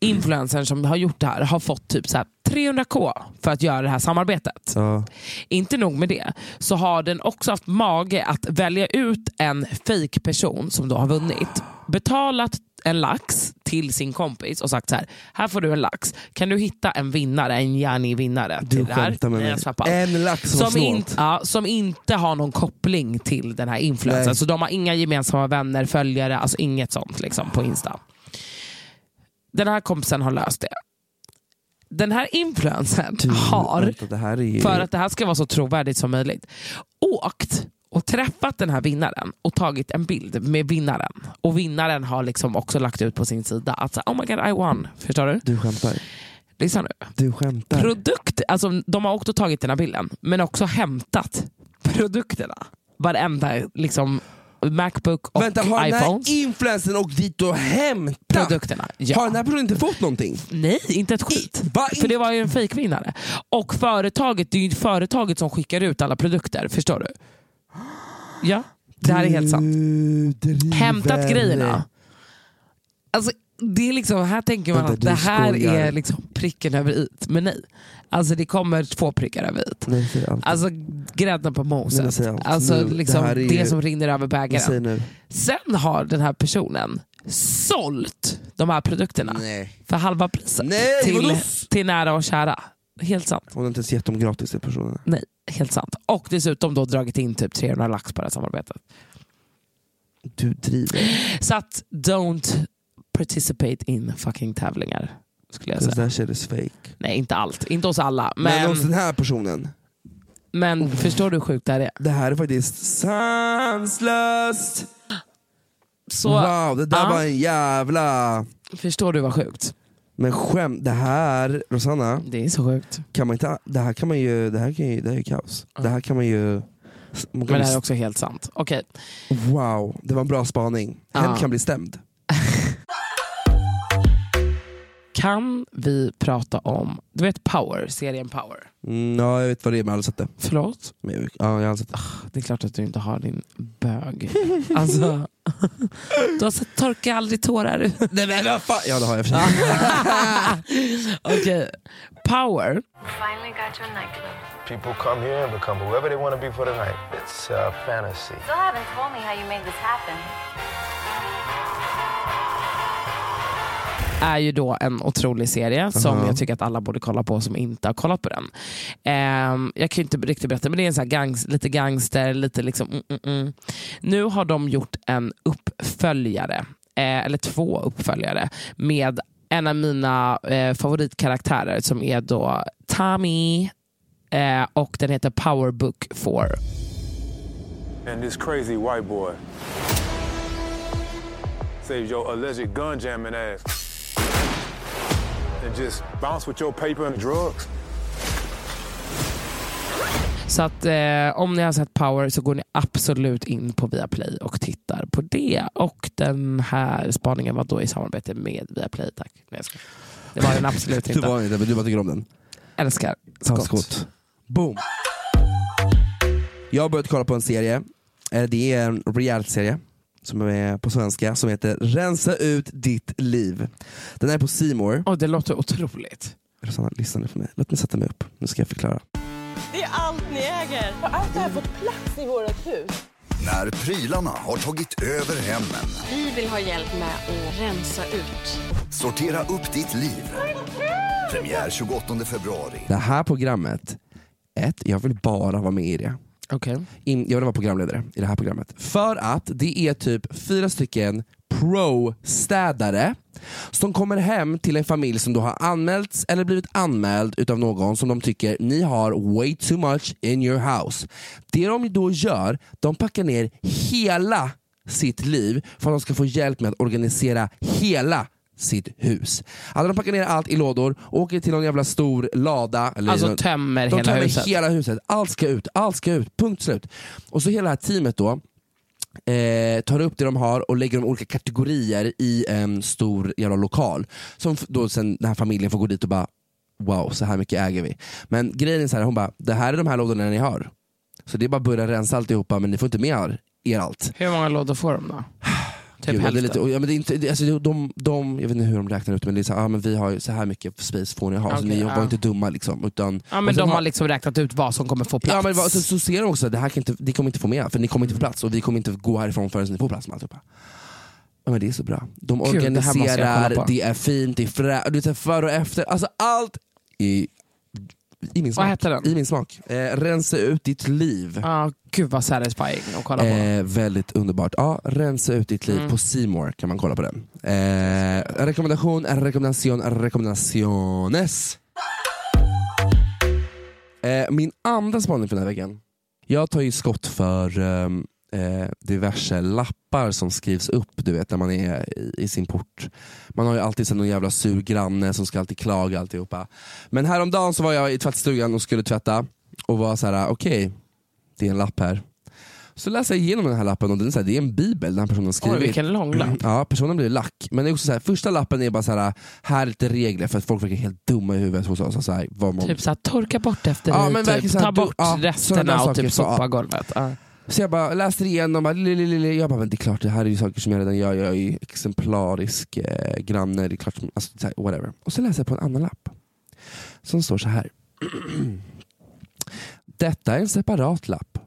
Speaker 1: influencern som har gjort det här har fått typ så här 300k för att göra det här samarbetet.
Speaker 2: ja.
Speaker 1: Inte nog med det, så har den också haft mage att välja ut en fake person som då har vunnit, betalat en lax till sin kompis och sagt så här, här får du en lax. Kan du hitta en vinnare, en gärnig vinnare
Speaker 2: Du
Speaker 1: till det här?
Speaker 2: skämtar med
Speaker 1: Nej,
Speaker 2: mig.
Speaker 1: jag slappar av.
Speaker 2: En lax som,
Speaker 1: Som,
Speaker 2: snålt.
Speaker 1: in, ja, som inte har någon koppling till den här influencern.
Speaker 2: Nej.
Speaker 1: Så de har inga gemensamma vänner, följare, alltså inget sånt liksom på Insta. Den här kompisen har löst det. Den här influencern har,
Speaker 2: Vänta, det här är ju...
Speaker 1: för att det här ska vara så trovärdigt som möjligt, åkt och träffat den här vinnaren och tagit en bild med vinnaren. Och vinnaren har liksom också lagt ut på sin sida att så, här, oh my god I won. Förstår du?
Speaker 2: Du skämtar?
Speaker 1: Lyssna nu
Speaker 2: Du skämtar?
Speaker 1: produkt, alltså de har åkt och tagit den här bilden, men också hämtat produkterna. Varenda liksom, Macbook och
Speaker 2: Vänta, har den här
Speaker 1: iPhones.
Speaker 2: influencern åkt dit och hämtat?
Speaker 1: Produkterna, ja.
Speaker 2: Har den här personen inte fått någonting?
Speaker 1: Nej, inte ett skit.
Speaker 2: I- va?
Speaker 1: För det var ju en fejkvinnare. Och företaget, det är ju företaget som skickar ut alla produkter, förstår du? Ja, det här är helt sant.
Speaker 2: Du driver.
Speaker 1: Hämtat grejerna. Alltså, det är liksom, här tänker man
Speaker 2: Vänta,
Speaker 1: att
Speaker 2: du
Speaker 1: det här
Speaker 2: skojar.
Speaker 1: är liksom pricken över it, men nej. Alltså det kommer två prickar över it.
Speaker 2: Nej, säg allt.
Speaker 1: Alltså grädden på
Speaker 2: Nej, men
Speaker 1: moset.
Speaker 2: säg allt.
Speaker 1: Alltså
Speaker 2: Nu,
Speaker 1: liksom
Speaker 2: det här
Speaker 1: det,
Speaker 2: är ju-
Speaker 1: som rinner över
Speaker 2: Säg
Speaker 1: bägaren.
Speaker 2: nu.
Speaker 1: Sen har den här personen sålt de här produkterna
Speaker 2: Nej.
Speaker 1: för halva priset
Speaker 2: Nej, vadå?
Speaker 1: till, till nära och kära. Helt sant.
Speaker 2: Hon har inte ens gett dem gratis till personerna.
Speaker 1: Nej, helt sant. Och dessutom då dragit in typ 300 lax på det här samarbetet.
Speaker 2: Du driver.
Speaker 1: Så att don't participate in fucking tävlingar. Skulle jag
Speaker 2: Det
Speaker 1: säga.
Speaker 2: där shit is fake.
Speaker 1: Nej, inte allt. Inte hos alla.
Speaker 2: Men
Speaker 1: Men,
Speaker 2: hos den här personen.
Speaker 1: men förstår du hur sjukt det här är?
Speaker 2: Det här är faktiskt sanslöst.
Speaker 1: Så,
Speaker 2: wow, det där
Speaker 1: Ja.
Speaker 2: var en jävla...
Speaker 1: Förstår du vad sjukt?
Speaker 2: Men skämt, det här, Rosanna,
Speaker 1: Det är så sjukt.
Speaker 2: kan man inte, det här kan man ju, det här kan ju, det här är ju kaos. Det här kan man ju... Man kan
Speaker 1: Men det
Speaker 2: bli,
Speaker 1: här är också helt sant. Okej.
Speaker 2: Wow, det var en bra spaning.
Speaker 1: Ja.
Speaker 2: Hen kan bli stämd.
Speaker 1: Kan vi prata om, du vet Power, serien Power?
Speaker 2: Mm, ja, jag vet vad det är, men jag har aldrig sett det.
Speaker 1: Förlåt?
Speaker 2: Men jag- Ja, jag har aldrig sett det.
Speaker 1: Det är klart att du inte har din bög. Alltså, du har sett Torka aldrig tårar.
Speaker 2: Nej men vad fan! Ja det har jag i och för sig.
Speaker 1: Okej, Power.
Speaker 3: Finally got your nightclub.
Speaker 6: People come here and become whoever they want to be for the night. It's a fantasy.
Speaker 3: Still haven't told me how you made this happen.
Speaker 1: är ju då en otrolig serie som jag tycker att alla borde kolla på som inte har kollat på den. Ehm, jag kan ju inte riktigt berätta, men det är en så här gangs, lite gangster, lite liksom mm, mm, mm. Nu har de gjort en uppföljare, eh, eller två uppföljare, med en av mina eh, favoritkaraktärer som är då Tommy eh, och den heter Powerbook 4.
Speaker 6: And this crazy white boy saves your alleged gun jamming ass and just bounce with your paper and drugs.
Speaker 1: Så att eh, om ni har sett Power så går ni absolut in på Viaplay och tittar på det. Och den här spaningen var då i samarbete med Viaplay. Tack. Nej, jag skojar. Det var den absolut
Speaker 2: Det
Speaker 1: inte.
Speaker 2: var inte men du bara tycker om den.
Speaker 1: Älskar
Speaker 2: Skott.
Speaker 1: skott.
Speaker 2: Boom. Jag har börjat kolla på en serie. Eh, Det är en rejäl serie som är på svenska, som heter Rensa ut ditt liv. Den är på Simor.
Speaker 1: Åh, det låter otroligt.
Speaker 2: Rosanna, lyssna nu på mig. Låt mig sätta mig upp. Nu ska jag förklara.
Speaker 7: Det är allt ni äger. Har allt det här fått plats i vårt hus?
Speaker 8: När prylarna har tagit över hemmen.
Speaker 7: Vi vill ha hjälp med att rensa ut.
Speaker 8: Sortera upp ditt liv. Premiär 28 februari.
Speaker 2: Det här programmet, ett, jag vill bara vara med i det.
Speaker 1: Okej.
Speaker 2: in, jag vill vara programledare i det här programmet. För att det är typ fyra stycken pro-städare som kommer hem till en familj som då har anmälts eller blivit anmäld utav någon som de tycker ni har way too much in your house. Det de då gör, de packar ner hela sitt liv för att de ska få hjälp med att organisera hela sitt hus. Alltså de packar ner allt i lådor, åker till någon jävla stor lada. Eller
Speaker 1: Alltså
Speaker 2: någon-
Speaker 1: tömmer
Speaker 2: de
Speaker 1: hela
Speaker 2: tömmer
Speaker 1: huset.
Speaker 2: hela huset. Allt ska ut, allt ska ut, punkt slut. Och så hela det här teamet då eh, tar upp det de har och lägger dem i olika kategorier i en stor jävla lokal. Som f- då sen den här familjen får gå dit och bara wow, så här mycket äger vi. Men grejen är så här, hon bara, det här är de här lådorna ni har. Så det är bara att börja rensa alltihopa men ni får inte med er, er allt.
Speaker 1: Hur många lådor får de då? Typ
Speaker 2: Gud, det är
Speaker 1: hälften.
Speaker 2: lite, och, ja, men det är inte, det, alltså, de, de, de, jag vet inte hur de räknar ut men det är så, här, ah, men vi har ju så här mycket space får ni ha, så
Speaker 1: Okej,
Speaker 2: ni var
Speaker 1: ja.
Speaker 2: inte dumma liksom. Utan,
Speaker 1: Ja,
Speaker 2: och
Speaker 1: men
Speaker 2: sen
Speaker 1: de
Speaker 2: har-
Speaker 1: har liksom räknat ut vad som kommer få plats.
Speaker 2: Ja, men vad- så, så ser de också att det här kan inte, ni kommer inte få med, för ni kommer inte få plats och vi kommer inte gå härifrån förrän ni får plats med alltihopa. Ja, men det är så bra. De
Speaker 1: Gud, det här måste jag
Speaker 2: organiserar,
Speaker 1: kolla
Speaker 2: det,
Speaker 1: på.
Speaker 2: är fint, det är frä, du vet, så här, före och efter. Alltså allt i, i min smak.
Speaker 1: hette den?
Speaker 2: I min smak. Eh, rensa ut ditt liv.
Speaker 1: Ja, gud vad satisfying att kolla på.
Speaker 2: Eh, väldigt underbart. Ja, rensa ut ditt liv
Speaker 1: Mm.
Speaker 2: på Simor kan man kolla på den. Eh, rekommendation, rekommendation, rekommendaciones. Eh, min andra spaning för den här veckan. Jag tar ju skott för ehm, eh, diverse lappar som skrivs upp du vet, när man är i, i sin port. Man har ju alltid sen någon jävla sur granne som ska alltid klaga alltihopa. Men häromdagen så var jag i tvättstugan och skulle tvätta och var så här: okej, det är en lapp här. Så läser jag igenom den här lappen och den är så här, det är en bibel den här personen
Speaker 1: Oj,
Speaker 2: har skrivit.
Speaker 1: vilken lång lapp.
Speaker 2: Ja, personen blir lack. Men det är också så här, första lappen är bara så här, här är lite regler för att folk verkar helt dumma i huvudet hos oss. Alltså Så här, vad man...
Speaker 1: Typ såhär, torka bort efter
Speaker 2: Ja,
Speaker 1: dig,
Speaker 2: men verkligen
Speaker 1: typ.
Speaker 2: så här,
Speaker 1: ta
Speaker 2: du-
Speaker 1: bort
Speaker 2: ja, sådana
Speaker 1: resterna
Speaker 2: där
Speaker 1: och
Speaker 2: saker,
Speaker 1: typ
Speaker 2: så, ja.
Speaker 1: sopa golvet. Ja.
Speaker 2: så jag bara läser igenom, bara, li, li, li, li. jag bara, men det är klart det här är ju saker som jag redan gör, jag är ju exemplarisk eh, granne, det är klart, som, alltså, så här, whatever. Och så läser jag på en annan lapp som står så här. Detta är en separat lapp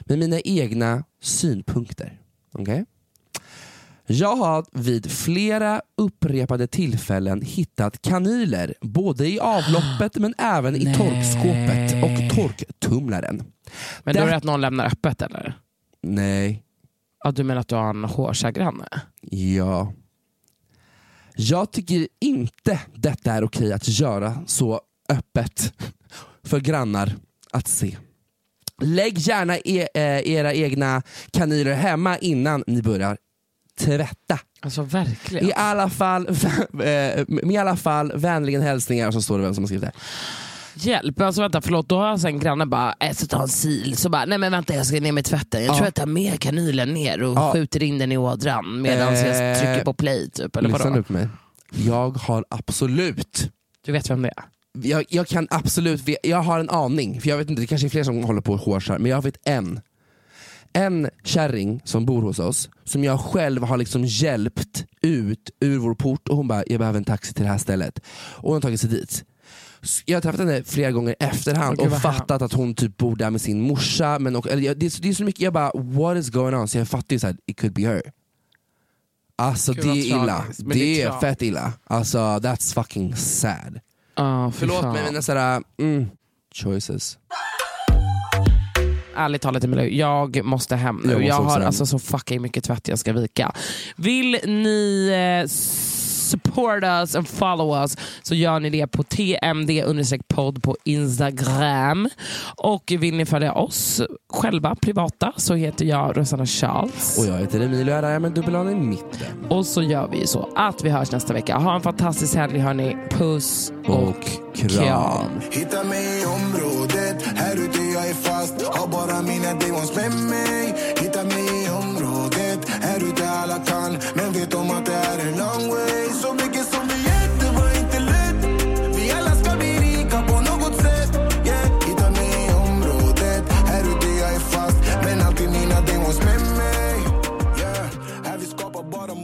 Speaker 2: med mina egna synpunkter. Okej? Jag har vid flera upprepade tillfällen hittat kanyler både i avloppet men även i
Speaker 1: Nej.
Speaker 2: torkskåpet och torktumlaren.
Speaker 1: Men då är
Speaker 2: Det-
Speaker 1: det att någon lämnar öppet eller?
Speaker 2: Nej,
Speaker 1: Ja, du menar att du har en hårsig granne?
Speaker 2: Ja. Jag tycker inte detta är okej att göra så öppet för grannar att se. Lägg gärna e- eh, era egna kanyler hemma innan ni börjar tvätta.
Speaker 1: Alltså verkligen.
Speaker 2: I, alla fall, eh, I alla fall vänligen hälsningar, och så står det vem som har skrivit det.
Speaker 1: Hjälp, alltså vänta förlåt, då har jag sen grannen bara, jag ska ta en sil, så bara, nej men vänta jag ska ner med tvätten, jag
Speaker 2: Ja.
Speaker 1: tror jag tar med kanylen ner och
Speaker 2: Ja.
Speaker 1: skjuter in den i ådran medan jag
Speaker 2: Eh,
Speaker 1: trycker på play typ, eller
Speaker 2: Lyssna
Speaker 1: vadå?
Speaker 2: nu på mig. Jag har absolut
Speaker 1: Du vet vem det är?
Speaker 2: jag, jag kan absolut, ve- jag har en aning, för jag vet inte, det kanske är fler som håller på och hårsar, men jag vet en. En kärring som bor hos oss, som jag själv har liksom hjälpt ut ur vår port och hon bara, jag behöver en taxi till det här stället. Och hon har tagit sig dit. Så Jag har träffat henne flera gånger efterhand
Speaker 1: Åh, gud,
Speaker 2: och
Speaker 1: vad
Speaker 2: fattat att hon typ bor där med sin morsa. Men och, eller, jag, det, är så, det är så mycket, jag bara what is going on? Så jag fattar ju såhär, it could be her. Alltså
Speaker 1: Gud,
Speaker 2: det är
Speaker 1: vad
Speaker 2: illa.
Speaker 1: tragiskt, men
Speaker 2: Det,
Speaker 1: det är
Speaker 2: är
Speaker 1: tra-
Speaker 2: fett illa. Alltså that's fucking sad.
Speaker 1: Oh,
Speaker 2: Förlåt mig men det är såhär, mm, choices.
Speaker 1: Ärligt talat Emilio, jag måste hem nu.
Speaker 2: Jag
Speaker 1: Jag,
Speaker 2: måste också
Speaker 1: har
Speaker 2: hem.
Speaker 1: alltså så fucking mycket tvätt jag ska vika. Vill ni eh, support us and follow us så gör ni det på tmd podd på Instagram. Och vill ni följa oss själva privata så heter jag Rosanna Charles.
Speaker 2: Och jag heter Emilio Araya med dubbel A i mitten.
Speaker 1: Och så gör vi ju så att vi hörs nästa vecka. Ha en fantastisk helg hörni. Puss och, kram.
Speaker 8: Hitta mig i området, här ute jag är fast Har bara mina demons med mig Hitta mig i området, här ute alla kan Men vet om att det är en lång way Så mycket som vi gett, det var inte lätt Vi alla ska bli rika på något sätt yeah. Hitta mig i området, här ute jag är fast Men alltid mina demons med mig yeah.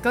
Speaker 9: Go